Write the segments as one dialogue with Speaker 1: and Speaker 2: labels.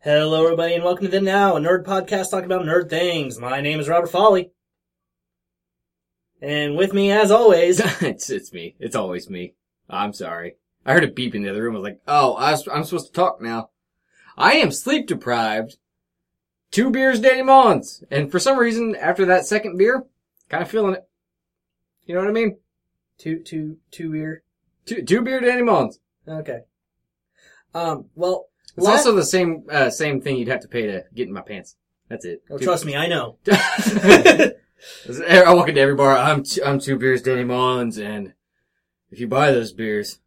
Speaker 1: Hello, everybody, and welcome to the Now, a nerd podcast talking about nerd things. My name is Robert Folly. And with me, as always,
Speaker 2: it's, it's me. It's always me. I'm sorry. I heard a beep in the other room. I was like, oh, I was, I'm supposed to talk now. I am sleep deprived. Two beers, Danny Mullins. And for some reason, after that second beer, kind of feeling it. You know what I mean?
Speaker 1: two, two, two ear.
Speaker 2: Two, two beer, Danny Mullins.
Speaker 1: Okay. Um, well,
Speaker 2: It's
Speaker 1: la-
Speaker 2: also the same, uh, same thing you'd have to pay to get in my pants. That's it.
Speaker 1: oh,
Speaker 2: Two-
Speaker 1: trust me, I know.
Speaker 2: I walk into every bar. I'm two, I'm two beers, Danny Mullins, and if you buy those beers,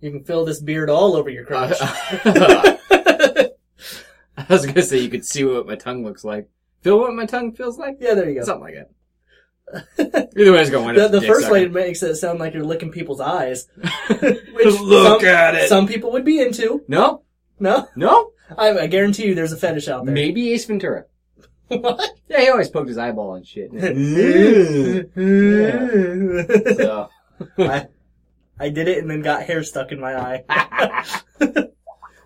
Speaker 1: You can fill this beard all over your crotch.
Speaker 2: I was gonna say you could see what my tongue looks like. Feel what my tongue feels like?
Speaker 1: yeah, there you go.
Speaker 2: Something like that. Either way, it's gonna wind
Speaker 1: The,
Speaker 2: up.
Speaker 1: the
Speaker 2: dick
Speaker 1: first way
Speaker 2: sucking.
Speaker 1: it makes it sound like you're licking people's eyes. Which
Speaker 2: Look
Speaker 1: some,
Speaker 2: at it.
Speaker 1: some people would be into.
Speaker 2: no,
Speaker 1: No?
Speaker 2: no.
Speaker 1: I, I guarantee you there's a fetish out there.
Speaker 2: Maybe Ace Ventura.
Speaker 1: what?
Speaker 2: Yeah, he always poked his eyeball and shit. so.
Speaker 1: I, I did it and then got hair stuck in my eye.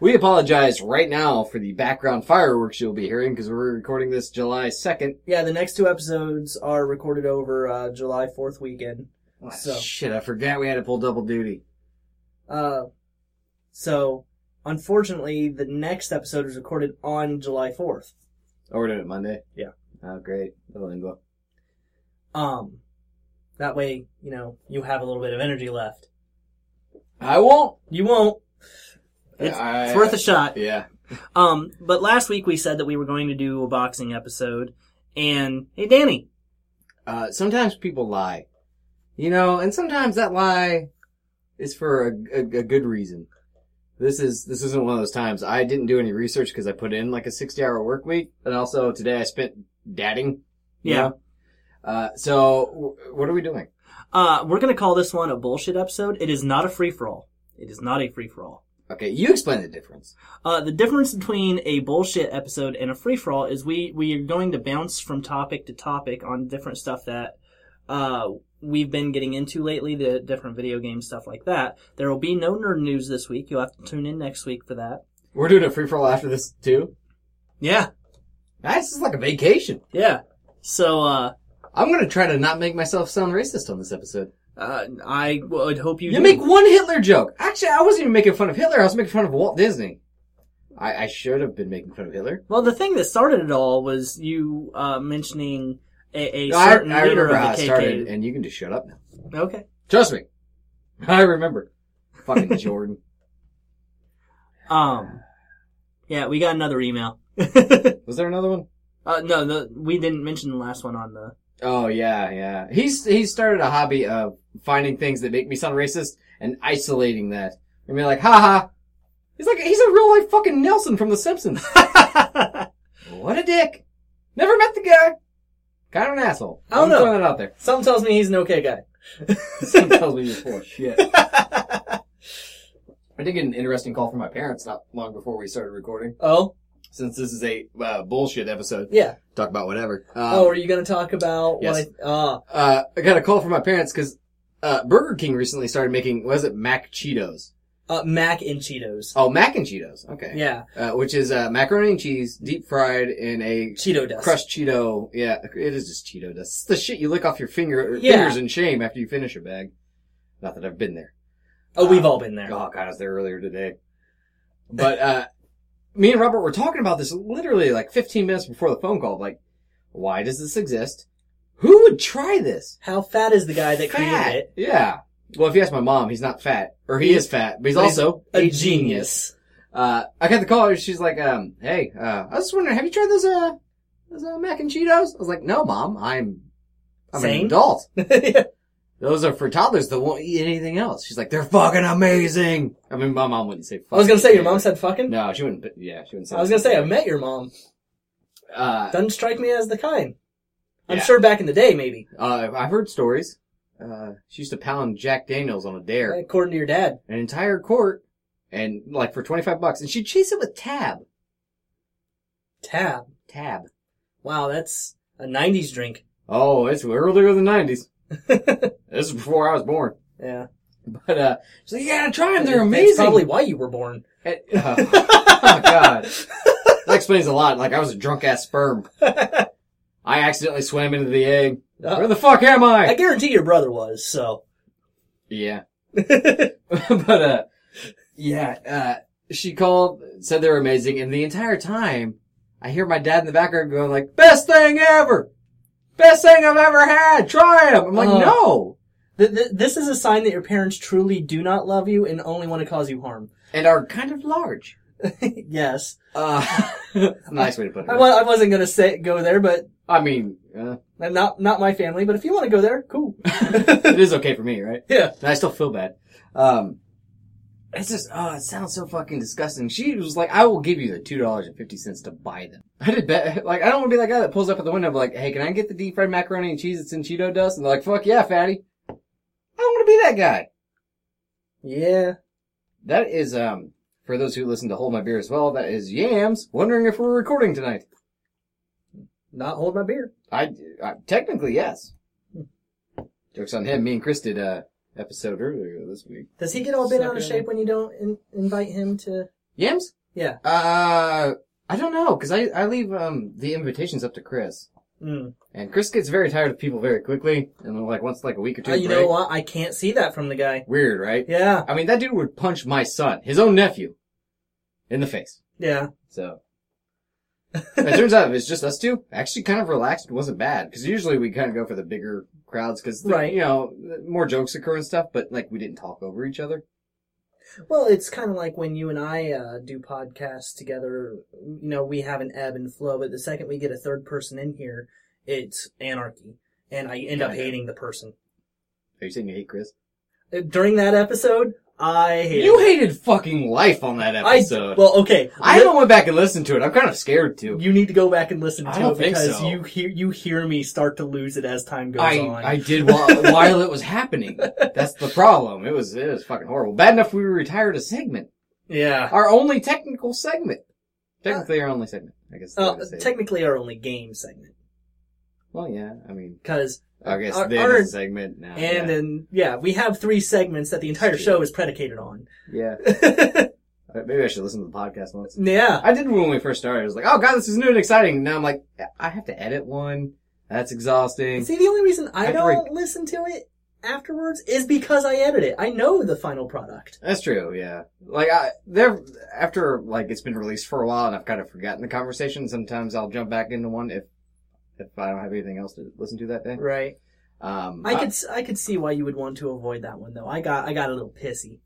Speaker 2: We apologize right now for the background fireworks you'll be hearing because we're recording this July second.
Speaker 1: Yeah, the next two episodes are recorded over uh, July 4th weekend. So.
Speaker 2: Shit, I forgot we had to pull double duty.
Speaker 1: Uh, so, unfortunately, the next episode is recorded on July 4th.
Speaker 2: Oh, we're doing it Monday.
Speaker 1: Yeah.
Speaker 2: Oh, great. Little lingo.
Speaker 1: Um, that way, you know, you have a little bit of energy left.
Speaker 2: I won't.
Speaker 1: You won't. It's,
Speaker 2: I-
Speaker 1: it's worth a shot.
Speaker 2: Yeah.
Speaker 1: Um, but last week we said that we were going to do a boxing episode. And, hey, Danny.
Speaker 2: Uh, sometimes people lie, you know, and sometimes that lie is for a, a, a good reason. This is this isn't one of those times. I didn't do any research because I put in like a sixty hour work week, and also today I spent dadding. you
Speaker 1: Yeah.
Speaker 2: know? Uh, so w- what are we doing?
Speaker 1: Uh, we're going to call this one a bullshit episode. It is not a free for all. It is not a free for all.
Speaker 2: Okay, you explain the difference.
Speaker 1: Uh, the difference between a bullshit episode and a free for all is we we are going to bounce from topic to topic on different stuff that uh, we've been getting into lately, the different video game stuff like that. There will be no nerd news this week. You'll have to tune in next week for that.
Speaker 2: We're doing a free for all after this too.
Speaker 1: Yeah,
Speaker 2: Nice, this is like a vacation.
Speaker 1: yeah. So uh,
Speaker 2: I'm gonna try to not make myself sound racist on this episode.
Speaker 1: uh, I would hope you,
Speaker 2: You
Speaker 1: do.
Speaker 2: make one Hitler joke. Actually, I wasn't even making fun of Hitler. I was making fun of Walt Disney. I, I should have been making fun of Hitler.
Speaker 1: Well, the thing that started it all was you uh, mentioning a, a
Speaker 2: I,
Speaker 1: certain
Speaker 2: I
Speaker 1: leader
Speaker 2: remember
Speaker 1: of
Speaker 2: how it
Speaker 1: the KKK.
Speaker 2: started, and you can just shut up now.
Speaker 1: Okay.
Speaker 2: Trust me. I remember. Fucking Jordan.
Speaker 1: Um. Yeah, we got another email.
Speaker 2: Was there another one?
Speaker 1: Uh, no, the, we didn't mention the last one on the.
Speaker 2: Oh yeah, yeah. He's he started a hobby of finding things that make me sound racist and isolating that. I mean, like, haha. He's like he's a real life fucking Nelson from The Simpsons. what a dick. Never met the guy. Kind of an asshole.
Speaker 1: I don't
Speaker 2: I'm
Speaker 1: know.
Speaker 2: throwing that out there.
Speaker 1: Something tells me he's an okay guy.
Speaker 2: Someone tells me you're full of shit. I did get an interesting call from my parents not long before we started recording.
Speaker 1: Oh,
Speaker 2: Since this is a uh, bullshit episode,
Speaker 1: yeah.
Speaker 2: talk about whatever. Um,
Speaker 1: oh, are you going to talk about
Speaker 2: yes.
Speaker 1: what I. Uh,
Speaker 2: uh, I got a call from my parents because uh, Burger King recently started making was it Mac Cheetos?
Speaker 1: uh, mac and Cheetos.
Speaker 2: Oh, Mac and Cheetos. Okay.
Speaker 1: Yeah,
Speaker 2: Uh, which is uh, macaroni and cheese deep fried in a
Speaker 1: Cheeto dust.
Speaker 2: crushed Cheeto. Yeah, it is just Cheeto dust. It's the shit you lick off your finger
Speaker 1: Yeah.
Speaker 2: fingers in shame after you finish a bag. Not that I've been there.
Speaker 1: Oh, we've all been there.
Speaker 2: Oh god, I was there earlier today. But uh me and Robert were talking about this literally like 15 minutes before the phone call. Like, why does this exist? Who would try this?
Speaker 1: How fat is the guy that
Speaker 2: Fat.
Speaker 1: created it?
Speaker 2: Yeah. Well, if you ask my mom, he's not fat, or he
Speaker 1: He-
Speaker 2: is fat, but he's
Speaker 1: but he's
Speaker 2: also
Speaker 1: A genius.
Speaker 2: Uh, I got the call. and She's like, um, "Hey, uh, I was just wondering, have you tried those uh, those uh, mac and Cheetos?" I was like, "No, mom, I'm, I'm
Speaker 1: Sane?
Speaker 2: an adult.
Speaker 1: Yeah.
Speaker 2: Those are for toddlers that won't eat anything else." She's like, "They're fucking amazing." I mean, my mom wouldn't say.
Speaker 1: I was going to say, your
Speaker 2: mom
Speaker 1: mom
Speaker 2: said.
Speaker 1: said fucking?
Speaker 2: No, she wouldn't. Yeah, she wouldn't say.
Speaker 1: I was going to say, I've met your mom.
Speaker 2: Uh,
Speaker 1: Doesn't strike me as the kind. I'm
Speaker 2: Yeah.
Speaker 1: sure back in the day, maybe.
Speaker 2: uh, I've heard stories. Uh, she used to pound Jack Daniels on a dare,
Speaker 1: According to your dad.
Speaker 2: an entire quart, and like for twenty five bucks, and she'd chase it with tab,
Speaker 1: Tab.
Speaker 2: tab.
Speaker 1: Wow, that's a 90s drink.
Speaker 2: Oh, it's earlier than nineties. this is before I was born.
Speaker 1: Yeah.
Speaker 2: But uh, she's like, you gotta try them. They're
Speaker 1: That's
Speaker 2: amazing.
Speaker 1: probably why you were born.
Speaker 2: And- oh, oh, god, that explains a lot. Like I was a drunk ass sperm. I accidentally swam into the egg.
Speaker 1: Uh,
Speaker 2: Where the fuck am I?
Speaker 1: I guarantee your brother was. So
Speaker 2: yeah, but uh, yeah. Uh, she called, said they were amazing, and the entire time, I hear my dad in the background going like, "Best thing ever, best thing I've ever had. Try them." I'm like,
Speaker 1: Uh.
Speaker 2: no.
Speaker 1: th- th- this is a sign that your parents truly do not love you and only want to cause you harm.
Speaker 2: and are kind of large.
Speaker 1: yes,
Speaker 2: Uh, nice way to put it.
Speaker 1: I, wa- I wasn't gonna say go there, but
Speaker 2: I mean, uh,
Speaker 1: not not my family. But if you want to go there, cool.
Speaker 2: it is okay for me, right?
Speaker 1: Yeah.
Speaker 2: And I still feel bad. Um, it's just, oh, it sounds so fucking disgusting. She was like, I will give you the $2.50 to buy them. I did bet, like, I don't want to be that guy that pulls up at the window and be like, hey, can I get the deep fried macaroni and cheese that's in Cheeto dust? And they're like, fuck yeah, fatty. I don't want to be that guy.
Speaker 1: Yeah.
Speaker 2: That is, um, for those who listen to Hold My Beer as well, that is Yams wondering if we're recording tonight.
Speaker 1: Not hold my beer.
Speaker 2: I, I technically yes. Jokes on him. Me and Chris did a episode earlier this week.
Speaker 1: Does he get all bent
Speaker 2: Snuck
Speaker 1: out
Speaker 2: it
Speaker 1: of
Speaker 2: in
Speaker 1: shape when you don't in- invite him to?
Speaker 2: Yams?
Speaker 1: Yeah.
Speaker 2: Uh, I don't know because I I leave um the invitations up to Chris,
Speaker 1: Mm.
Speaker 2: and Chris gets very tired of people very quickly, and like once like a week or two.
Speaker 1: Uh, you
Speaker 2: break.
Speaker 1: know what? I can't see that from the guy.
Speaker 2: Weird, right?
Speaker 1: Yeah.
Speaker 2: I mean, that dude would punch my son, his own nephew, in the face.
Speaker 1: Yeah.
Speaker 2: So. it turns out it's just us two. Actually, kind of relaxed. It wasn't bad because usually we kind of go for the bigger crowds because
Speaker 1: Right.
Speaker 2: you know more jokes occur and stuff. But like we didn't talk over each other.
Speaker 1: Well, it's kind of like when you and I uh, do podcasts together. You know, we have an ebb and flow, but the second we get a third person in here, it's anarchy, and I end up
Speaker 2: Kinda.
Speaker 1: hating the person.
Speaker 2: Are you saying you hate Chris?
Speaker 1: Uh, During that episode, I hated.
Speaker 2: You hated fucking life on that
Speaker 1: I
Speaker 2: episode. I,
Speaker 1: well, okay.
Speaker 2: haven't went back and listened to it. I'm kind of scared too.
Speaker 1: You need to go back and listen to
Speaker 2: I don't
Speaker 1: it
Speaker 2: think
Speaker 1: because
Speaker 2: so.
Speaker 1: you hear you hear me start to lose it as time goes
Speaker 2: I,
Speaker 1: on.
Speaker 2: I did while, while it was happening. That's the problem. It was it was fucking horrible. Bad enough we retired a segment,
Speaker 1: yeah.
Speaker 2: our only technical segment. Technically, our only segment. I guess.
Speaker 1: Uh,
Speaker 2: that's the way to say it.
Speaker 1: technically, our only game segment
Speaker 2: well, yeah. I mean,
Speaker 1: because
Speaker 2: I guess
Speaker 1: Our-
Speaker 2: then
Speaker 1: our-
Speaker 2: it's a segment now.
Speaker 1: and
Speaker 2: yeah.
Speaker 1: then yeah, we have three segments that the entire
Speaker 2: That's
Speaker 1: show is predicated on.
Speaker 2: Yeah. Uh, Maybe I should listen to the podcast once.
Speaker 1: yeah.
Speaker 2: I did when we first started. I was like, oh god, this is new and exciting. Now I'm like, I have to edit one. That's exhausting.
Speaker 1: See, the only reason I
Speaker 2: I'd
Speaker 1: don't listen to it afterwards is because I edit it. I know the final product.
Speaker 2: That's true, yeah. Like I there after like it's been released for a while and I've kind of forgotten the conversation, sometimes I'll jump back into one if if I don't have anything else to listen to that day.
Speaker 1: Right.
Speaker 2: Um
Speaker 1: I could s- I could see why you would want to avoid that one though. I got I got a little pissy.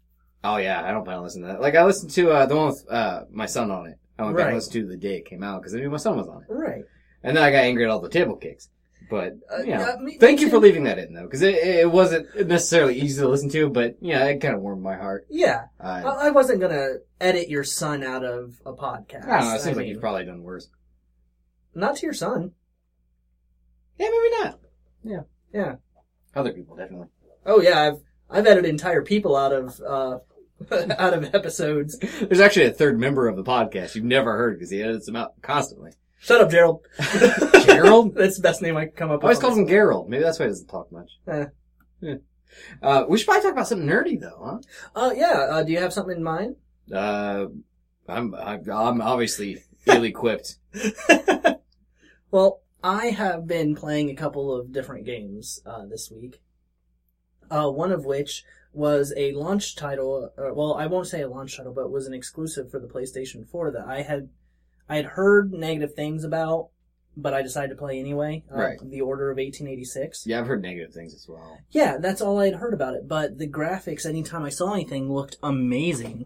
Speaker 2: Oh yeah, I don't plan to listen to that. Like I listened to uh the one with uh my son on it. I went back
Speaker 1: Right.
Speaker 2: and listened to the day it came out because I knew my son was on it.
Speaker 1: Right.
Speaker 2: And then I got angry at all the table kicks. But
Speaker 1: Uh,
Speaker 2: you know,
Speaker 1: uh, me-
Speaker 2: thank
Speaker 1: me
Speaker 2: you for
Speaker 1: too.
Speaker 2: leaving that in though, because it, it wasn't necessarily easy to listen to, but yeah, it kind of warmed my heart.
Speaker 1: Yeah. I,
Speaker 2: Uh,
Speaker 1: I wasn't gonna edit your son out of a podcast.
Speaker 2: I don't know. It seems like
Speaker 1: mean,
Speaker 2: you've probably done worse.
Speaker 1: not to your son.
Speaker 2: Yeah, maybe not.
Speaker 1: Yeah.
Speaker 2: Other people definitely.
Speaker 1: Oh yeah. I've I've edited entire people out of uh out of episodes.
Speaker 2: There's actually a third member of the podcast you've never heard because he edits them out constantly.
Speaker 1: Shut up, Gerald.
Speaker 2: Gerald?
Speaker 1: That's the best name I could come
Speaker 2: I
Speaker 1: up with.
Speaker 2: always called him Gerald. Maybe that's why he doesn't talk much.
Speaker 1: Eh.
Speaker 2: Yeah. Uh, we should probably talk about something nerdy though,
Speaker 1: Uh, yeah. Uh, do you have something in mind?
Speaker 2: huh? Uh, I'm, I'm, I'm obviously ill-equipped.
Speaker 1: Well, I have been playing a couple of different games uh, this week. Uh, one of which was a launch title. Or, well, I won't say a launch title, but was an exclusive for the PlayStation 4 that I had I had heard negative things about, but I decided to play anyway. Uh,
Speaker 2: Right.
Speaker 1: The Order of 1886.
Speaker 2: Yeah, I've heard negative things as well.
Speaker 1: Yeah, that's all I had heard about it. But the graphics, anytime I saw anything, looked amazing,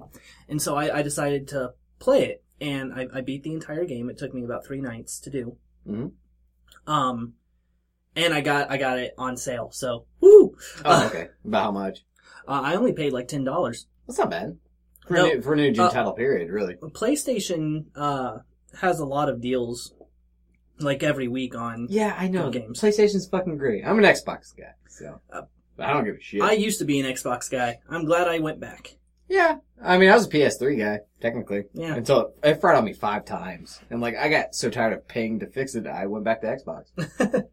Speaker 1: and so I, I decided to play it. And I, I beat the entire game. It took me about three nights to do.
Speaker 2: Mhm.
Speaker 1: Um, and I got I got it on sale. So woo!
Speaker 2: Oh, okay. About how much?
Speaker 1: Uh, I only paid like ten dollars.
Speaker 2: That's not bad. For,
Speaker 1: No.
Speaker 2: a, new, for a new June
Speaker 1: Uh,
Speaker 2: title period, really.
Speaker 1: PlayStation uh has a lot of deals, like every week on.
Speaker 2: Yeah, I know.
Speaker 1: Good games.
Speaker 2: PlayStation's fucking great. I'm an Xbox guy, so.
Speaker 1: Uh,
Speaker 2: I don't give a shit.
Speaker 1: I used to be an Xbox guy. I'm glad I went back.
Speaker 2: Yeah. I mean, I was a PS3 guy, technically.
Speaker 1: Yeah.
Speaker 2: Until it, it fried on me five times. And like, I got so tired of paying to fix it, I went back to Xbox.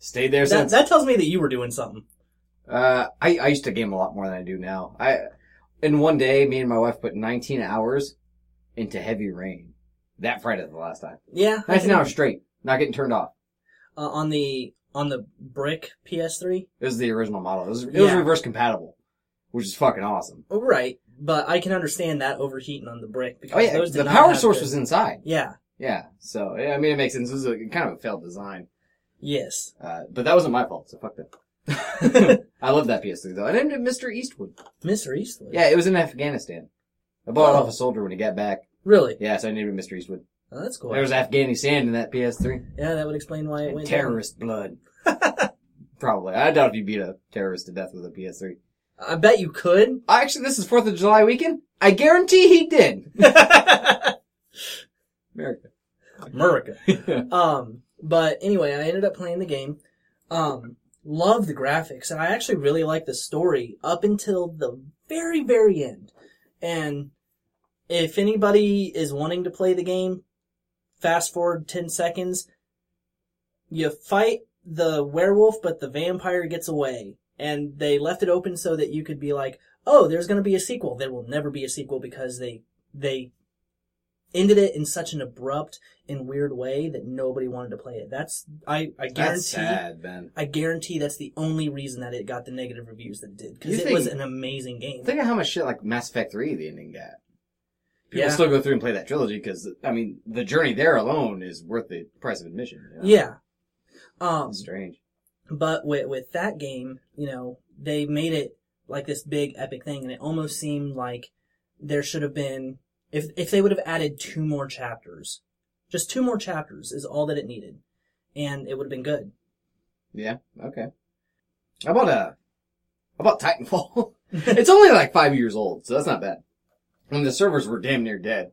Speaker 2: Stayed there
Speaker 1: That,
Speaker 2: since.
Speaker 1: that tells me that you were doing something.
Speaker 2: Uh, I, I used to game a lot more than I do now. I, in one day, me and my wife put 19 hours into heavy rain. That Friday the last time.
Speaker 1: Yeah. I
Speaker 2: 19
Speaker 1: think-
Speaker 2: hours straight. Not getting turned off.
Speaker 1: Uh, on the on the brick PS3.
Speaker 2: It was the original model. It was, it was
Speaker 1: Yeah.
Speaker 2: reverse compatible, which is fucking awesome.
Speaker 1: Oh, Right, but I can understand that overheating on the brick because
Speaker 2: Oh yeah,
Speaker 1: those did
Speaker 2: the
Speaker 1: not
Speaker 2: power
Speaker 1: have
Speaker 2: source
Speaker 1: to-
Speaker 2: was inside.
Speaker 1: Yeah.
Speaker 2: Yeah, so yeah, I mean it makes sense. It was a, kind of a failed design,
Speaker 1: Yes.
Speaker 2: uh, but that wasn't my fault. So fuck that. I love that PS3 though. I named it Mr. Eastwood.
Speaker 1: Mr. Eastwood.
Speaker 2: Yeah, it was in Afghanistan. I bought it
Speaker 1: Oh.
Speaker 2: off a soldier when he got back.
Speaker 1: Really?
Speaker 2: Yeah, so I named it Mr. Eastwood.
Speaker 1: Oh, that's cool.
Speaker 2: There was Afghani sand in that PS3.
Speaker 1: yeah, that would explain why it
Speaker 2: And
Speaker 1: went
Speaker 2: terrorist blood. Probably. I doubt if you beat a terrorist to death with a PS3.
Speaker 1: down. I bet you could.
Speaker 2: Actually, this is 4th of July weekend. I guarantee he did. America.
Speaker 1: America. Um, but anyway, I ended up playing the game. Um, love the graphics, and I actually really like the story up until the very, very end. And if anybody is wanting to play the game, fast forward 10 seconds, you fight the werewolf, but the vampire gets away. And they left it open so that you could be like, oh, there's gonna be a sequel. There will never be a sequel because they, they ended it in such an abrupt and weird way that nobody wanted to play it. That's, I, I
Speaker 2: That's
Speaker 1: guarantee.
Speaker 2: sad, Ben.
Speaker 1: I guarantee that's the only reason that it got the negative reviews that it did because
Speaker 2: You
Speaker 1: it
Speaker 2: think-
Speaker 1: was an amazing game.
Speaker 2: Think of how much shit like Mass Effect 3 the ending got. People
Speaker 1: Yeah.
Speaker 2: still go through and play that trilogy because, I mean, the journey there alone is worth the price of admission. you know?
Speaker 1: yeah. Um,
Speaker 2: It's strange.
Speaker 1: but with with that game, you know, they made it like this big epic thing, and it almost seemed like there should have been if if they would have added two more chapters, just two more chapters is all that it needed, and it would have been good.
Speaker 2: Yeah. Okay. How about uh, how about Titanfall? it's only like five years old, so that's not bad. And the servers were damn near dead.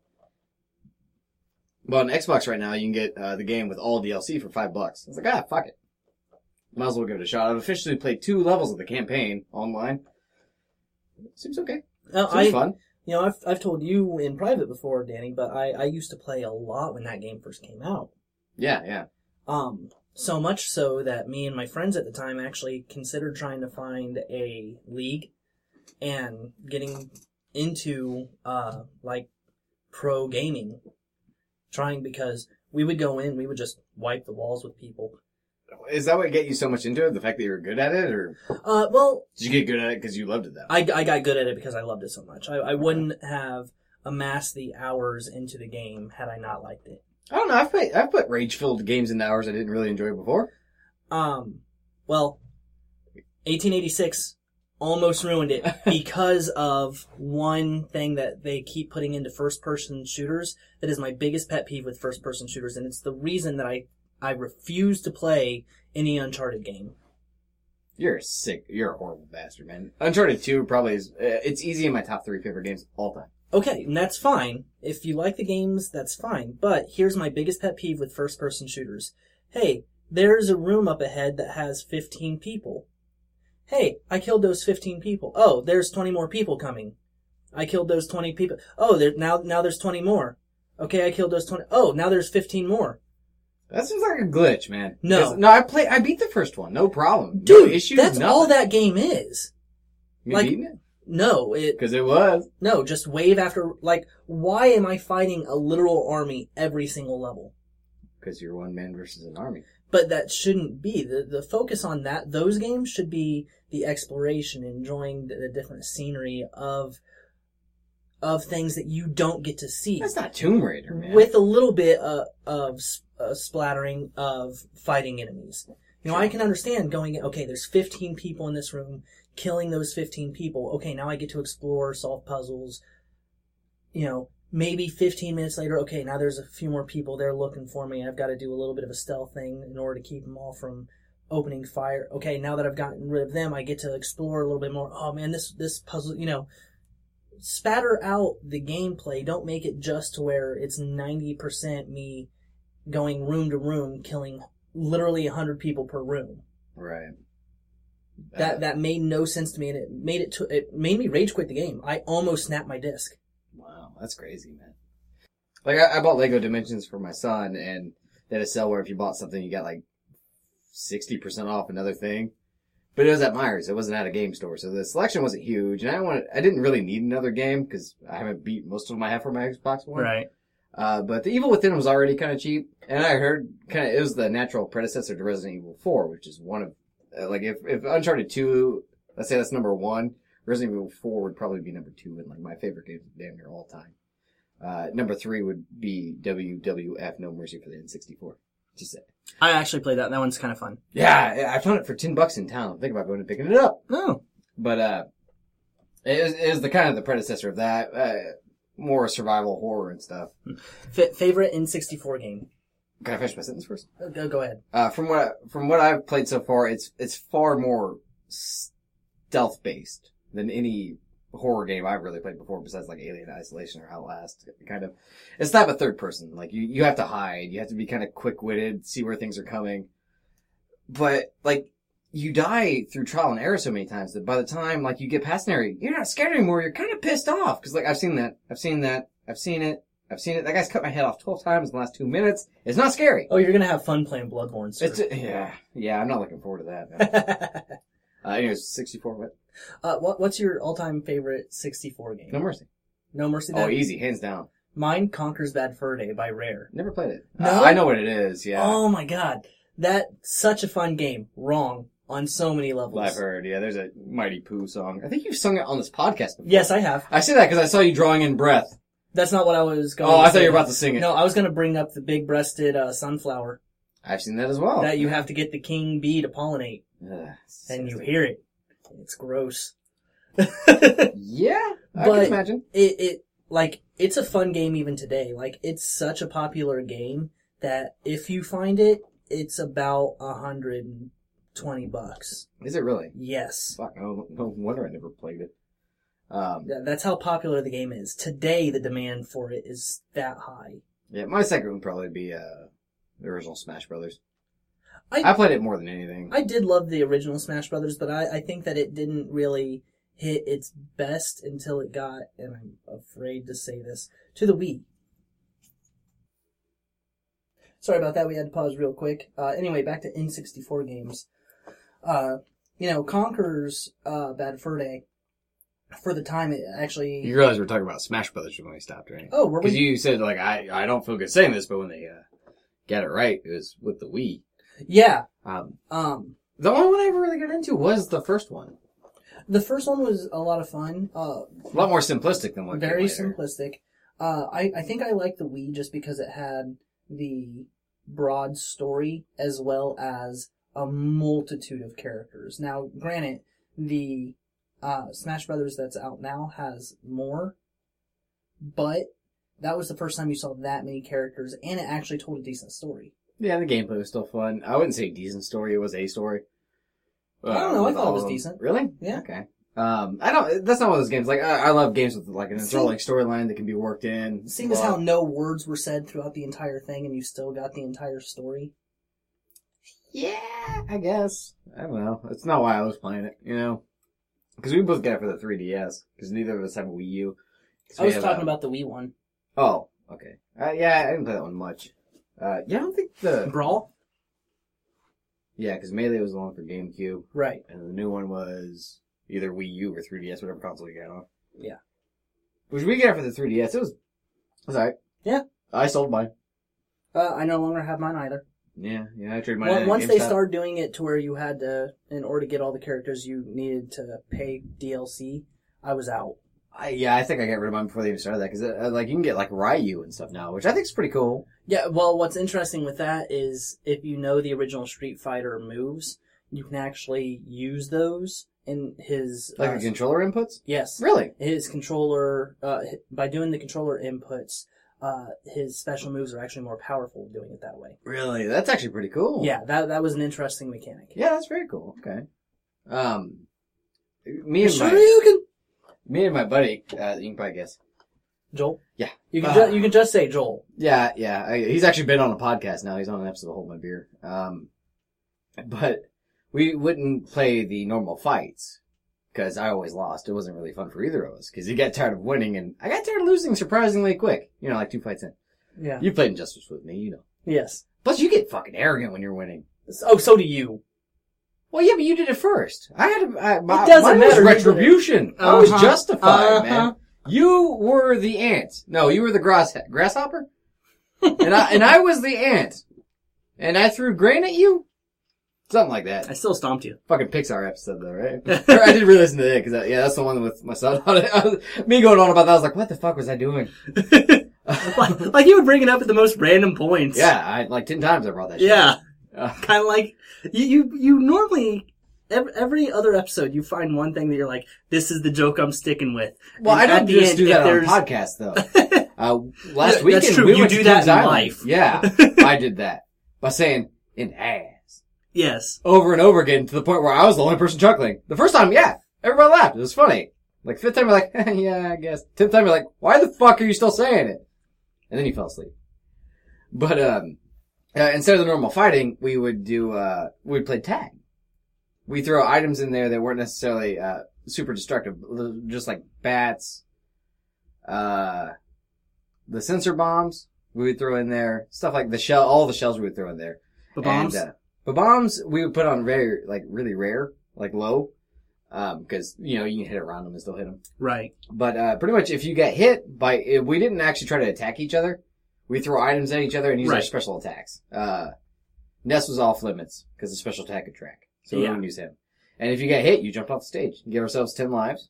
Speaker 2: But on Xbox right now, you can get uh, the game with all DLC for five bucks. I was like, ah, fuck it. Might as well give it a shot. I've officially played two levels of the campaign online. Seems okay.
Speaker 1: Uh,
Speaker 2: Seems
Speaker 1: I
Speaker 2: fun.
Speaker 1: you know I've I've told you in private before, Danny, but I I used to play a lot when that game first came out.
Speaker 2: Yeah, yeah.
Speaker 1: Um, so much so that me and my friends at the time actually considered trying to find a league and getting into uh like pro gaming. Trying because we would go in, we would just wipe the walls with people.
Speaker 2: Is that what get you so much into it? The fact that you're good at it, or
Speaker 1: Uh, well,
Speaker 2: did you get good at it because you loved it though?
Speaker 1: I, I got good at it because I loved it so much. I, I wouldn't have amassed the hours into the game had I not liked it.
Speaker 2: I don't know. I've played I've put rage filled games into hours I didn't really enjoy before.
Speaker 1: Um, well, 1886 almost ruined it because of one thing that they keep putting into first person shooters that is my biggest pet peeve with first person shooters and it's the reason that I I refuse to play any uncharted game.
Speaker 2: You're a sick. You're a horrible bastard, man. Uncharted Two probably is. Uh, it's easy in my top three favorite games of all time.
Speaker 1: Okay, and that's fine. If you like the games, that's fine. But here's my biggest pet peeve with first person shooters. Hey, there's a room up ahead that has 15 people. Hey, I killed those 15 people. Oh, there's 20 more people coming. I killed those 20 people. Oh, there now now there's 20 more. Okay, I killed those 20. Oh, now there's 15 more.
Speaker 2: That seems like a glitch, man.
Speaker 1: No.
Speaker 2: 'Cause- no. I play. I beat the first one. No problem.
Speaker 1: Dude,
Speaker 2: no issues.
Speaker 1: that's
Speaker 2: nothing.
Speaker 1: all that game is.
Speaker 2: You
Speaker 1: like-
Speaker 2: beating it
Speaker 1: No, it
Speaker 2: because it was.
Speaker 1: no, just wave after like why am I fighting a literal army every single level?
Speaker 2: Because you're one man versus an army.
Speaker 1: but that shouldn't be the the focus on that those games should be the exploration enjoying the, the different scenery of of things that you don't get to see
Speaker 2: That's not Tomb Raider, man.
Speaker 1: with a little bit uh, of s- uh, splattering of fighting enemies you know i can understand going okay there's 15 people in this room killing those 15 people okay now i get to explore solve puzzles you know maybe 15 minutes later okay now there's a few more people there looking for me i've got to do a little bit of a stealth thing in order to keep them all from opening fire okay now that i've gotten rid of them i get to explore a little bit more oh man this this puzzle you know spatter out the gameplay don't make it just to where it's 90% me going room to room killing literally 100 people per room
Speaker 2: right.
Speaker 1: that that made no sense to me and it made it to it made me rage quit the game i almost snapped my disc
Speaker 2: Wow, that's crazy, man. Like I, I bought Lego Dimensions for my son, and they had a sale where if you bought something, you got like sixty percent off another thing. But it was at Myers. It wasn't at a game store, so the selection wasn't huge. And I want I didn't really need another game because I haven't beat most of them I have for my Xbox One.
Speaker 1: Right.
Speaker 2: Uh, but The Evil Within was already kind of cheap, and I heard kind of it was the natural predecessor to Resident Evil Four, which is one of uh, like if if Uncharted Two, let's say that's number one, Resident Evil Four would probably be number two in like my favorite games of damn near all time. Uh, number three would be WWF No Mercy for the N64. Just say.
Speaker 1: I actually played that. That one's kind of fun.
Speaker 2: Yeah, I I found it for ten bucks in town. Think about going and picking it up.
Speaker 1: Oh.
Speaker 2: But uh, it is, it is the kind of the predecessor of that, uh, more survival horror and stuff.
Speaker 1: F- favorite N64 game?
Speaker 2: Can I finish my sentence first?
Speaker 1: Uh, Go, go ahead.
Speaker 2: Uh, from what I- from what I've played so far, it's it's far more stealth based than any horror game I've really played before, besides like Alien Isolation or Outlast. Kind of, it's not a third person. Like you you have to hide, you have to be kind of quick witted, see where things are coming. But like you die through trial and error so many times that by the time like you get past an area, you're not scared anymore. You're kind of pissed off because like I've seen that, I've seen that, I've seen it. I've seen it. That guy's cut my head off 12 times in the last two minutes. It's not scary.
Speaker 1: Oh, you're gonna have fun playing Bloodborne. sir.
Speaker 2: It's yeah, yeah. I'm not looking forward to that. man. uh, anyways, 64. What?
Speaker 1: uh, what, what's your all-time favorite 64 game?
Speaker 2: No mercy.
Speaker 1: No Mercy.
Speaker 2: Oh,
Speaker 1: That-
Speaker 2: easy, hands down.
Speaker 1: Mine conquers Bad Fur Day by Rare.
Speaker 2: Never played it.
Speaker 1: No?
Speaker 2: Uh, I know what it is. Yeah,
Speaker 1: Oh my god, that such a fun game. Wrong on so many levels.
Speaker 2: I've heard. Yeah, there's a Mighty Pooh song. I think you've sung it on this podcast. before.
Speaker 1: Yes, I have.
Speaker 2: I say that because I saw you drawing in breath.
Speaker 1: That's not what I was going.
Speaker 2: Oh,
Speaker 1: to
Speaker 2: I thought
Speaker 1: say.
Speaker 2: you were about to sing it.
Speaker 1: No, I was gonna bring up the big-breasted uh, sunflower
Speaker 2: I've seen that as well.
Speaker 1: that you have to get the king bee to pollinate,
Speaker 2: Ugh,
Speaker 1: and you
Speaker 2: disgusting.
Speaker 1: hear it. It's gross.
Speaker 2: Yeah, I
Speaker 1: But-
Speaker 2: can imagine.
Speaker 1: it, it like it's a fun game even today. Like it's such a popular game that if you find it, it's about a hundred and twenty bucks.
Speaker 2: Is it really?
Speaker 1: Yes,
Speaker 2: Fuck. No, no wonder I never played it. Um,
Speaker 1: Th- that's how popular the game is today. The demand for it is that high.
Speaker 2: yeah, my second would probably be uh, the original Smash Brothers.
Speaker 1: I-
Speaker 2: I played it more than anything.
Speaker 1: I did love the original Smash Brothers, but I, I think that it didn't really hit its best until it got, and I'm afraid to say this, to the Wii. Sorry about that. We had to pause real quick. Uh, anyway, back to N64 games. Uh, you know, Conker's uh, Bad Fur Day. For the time, it actually.
Speaker 2: You realize we're talking about Smash Brothers when we stopped, right?
Speaker 1: oh, were
Speaker 2: Because
Speaker 1: we?
Speaker 2: you said like I I don't feel good saying this, but when they uh, got it right, it was with the Wii.
Speaker 1: yeah.
Speaker 2: Um,
Speaker 1: Um,
Speaker 2: the only one I ever really got into was the first one.
Speaker 1: the first one was a lot of fun. Uh,
Speaker 2: A lot more simplistic than what.
Speaker 1: very
Speaker 2: came later.
Speaker 1: simplistic. Uh, I I think I like the Wii just because it had the broad story as well as a multitude of characters. Now, granted, the uh, Smash Brothers that's out now has more, but that was the first time you saw that many characters, and it actually told a decent story.
Speaker 2: Yeah, the gameplay was still fun. I wouldn't say decent story; it was a story.
Speaker 1: I don't know, I
Speaker 2: with
Speaker 1: thought it
Speaker 2: all
Speaker 1: was
Speaker 2: of them.
Speaker 1: decent.
Speaker 2: Really?
Speaker 1: Yeah.
Speaker 2: Okay. Um, I don't. That's not one of those games. Like I, I love games with like an
Speaker 1: See-
Speaker 2: enthralling storyline that can be worked in.
Speaker 1: Seeing as how
Speaker 2: Well,
Speaker 1: no words were said throughout the entire thing, and you still got the entire story.
Speaker 2: Yeah, I guess. I don't know. That's Eh, not why I was playing it, you know? Because we both got it for the 3DS, because neither of us have a Wii U. 'Cause
Speaker 1: I
Speaker 2: we
Speaker 1: was
Speaker 2: have
Speaker 1: talking
Speaker 2: a-
Speaker 1: about the Wii one.
Speaker 2: Oh, okay. Uh, yeah, I didn't play that one much. Uh, yeah, I don't think the...
Speaker 1: Brawl?
Speaker 2: Yeah, because Melee was the one for GameCube,
Speaker 1: Right.
Speaker 2: and the new one was either Wii U or 3DS, whatever console you got on.
Speaker 1: Yeah.
Speaker 2: Which we got it for the 3DS. It was... It was alright.
Speaker 1: Yeah.
Speaker 2: I sold mine.
Speaker 1: Uh, I no longer have mine either.
Speaker 2: Yeah, yeah, I traded mine
Speaker 1: Well,
Speaker 2: in
Speaker 1: once they
Speaker 2: GameStop.
Speaker 1: started doing it to where you had to, in order to get all the characters, you needed to pay DLC. I was out.
Speaker 2: I, yeah, I think I got rid of mine before they even started that because uh, like you can get like Ryu and stuff now, which I think is pretty cool.
Speaker 1: Yeah. Well, what's interesting with that is if you know the original Street Fighter moves, you can actually use those in his.
Speaker 2: Like
Speaker 1: uh,
Speaker 2: the controller inputs.
Speaker 1: yes.
Speaker 2: Really?
Speaker 1: His controller, uh, hi- by doing the controller inputs, uh, his special moves are actually more powerful doing it that way.
Speaker 2: Really? That's actually pretty cool.
Speaker 1: Yeah, that that was an interesting mechanic.
Speaker 2: Yeah, that's very cool. Okay. Um, me and my
Speaker 1: Shoryuken!
Speaker 2: me and my buddy, uh, you can probably guess.
Speaker 1: Joel.
Speaker 2: Yeah.
Speaker 1: You can
Speaker 2: Ah.
Speaker 1: ju- you can just say Joel.
Speaker 2: Yeah, yeah. I, he's actually been on a podcast now. He's on an episode of Hold My Beer. Um, but we wouldn't play the normal fights because I always lost. It wasn't really fun for either of us because he got tired of winning and I got tired of losing surprisingly quick. You know, like two fights in.
Speaker 1: Yeah.
Speaker 2: You played Injustice with me, you know.
Speaker 1: Yes.
Speaker 2: Plus, you get fucking arrogant when you're winning.
Speaker 1: Oh, so do you.
Speaker 2: Well, yeah, but you did it first. I had to, I, my,
Speaker 1: It doesn't
Speaker 2: mine
Speaker 1: matter, you
Speaker 2: was
Speaker 1: did it.
Speaker 2: retribution. I was
Speaker 3: Uh-huh. Uh-huh.
Speaker 2: justified, man. You were the ant. No, you were the grass grasshopper, and I and I was the ant, and I threw grain at you, something like that.
Speaker 3: I still stomped you. Fucking
Speaker 2: Fucking Pixar episode though, right? Or I did re-listen to that because yeah, that's the one with my son on it. I was- Me going on about that, I was like, "What the fuck was I doing?"
Speaker 3: like, like you would bring it up at the most random points.
Speaker 2: Yeah, I like ten times I brought that. shit up.
Speaker 3: Yeah.
Speaker 2: Uh.
Speaker 3: kind of like you, you, you normally ev- every other episode you find one thing that you're like, this is the joke I'm sticking with.
Speaker 2: Well,
Speaker 3: And
Speaker 2: I
Speaker 3: at
Speaker 2: don't
Speaker 3: the
Speaker 2: just
Speaker 3: end,
Speaker 2: do
Speaker 3: if
Speaker 2: that on
Speaker 3: there's-
Speaker 2: podcast though. uh, last
Speaker 3: That's
Speaker 2: weekend
Speaker 3: true.
Speaker 2: we
Speaker 3: You
Speaker 2: went
Speaker 3: do
Speaker 2: to
Speaker 3: that
Speaker 2: Kings
Speaker 3: in
Speaker 2: Island.
Speaker 3: life.
Speaker 2: Yeah, I did that by saying "an ass"
Speaker 3: Yes.
Speaker 2: over and over again to the point where I was the only person chuckling. The first time, yeah, everybody laughed. It was funny. Like fifth time, you're like, yeah, I guess. Tenth time, you're like, why the fuck are you still saying it? And then you fell asleep. But um, uh, instead of the normal fighting, we would do uh, we'd play tag. We throw items in there that weren't necessarily uh super destructive, l- just like bats, uh, the sensor bombs we would throw in there, stuff like the shell, all the shells we would throw in there.
Speaker 3: The bombs.
Speaker 2: And, uh, but bombs we would put on rare, like really rare, like low, because you know you can hit around them and still hit them.
Speaker 3: right.
Speaker 2: But uh, pretty much, if you get hit by, if we didn't actually try to attack each other. We throw items at each other and use our
Speaker 3: Right.
Speaker 2: special attacks. Uh, Ness was off limits because the special attack could track, so we
Speaker 3: Yeah.
Speaker 2: wouldn't use him. And if you get hit, you jumped off the stage. You give ourselves ten lives.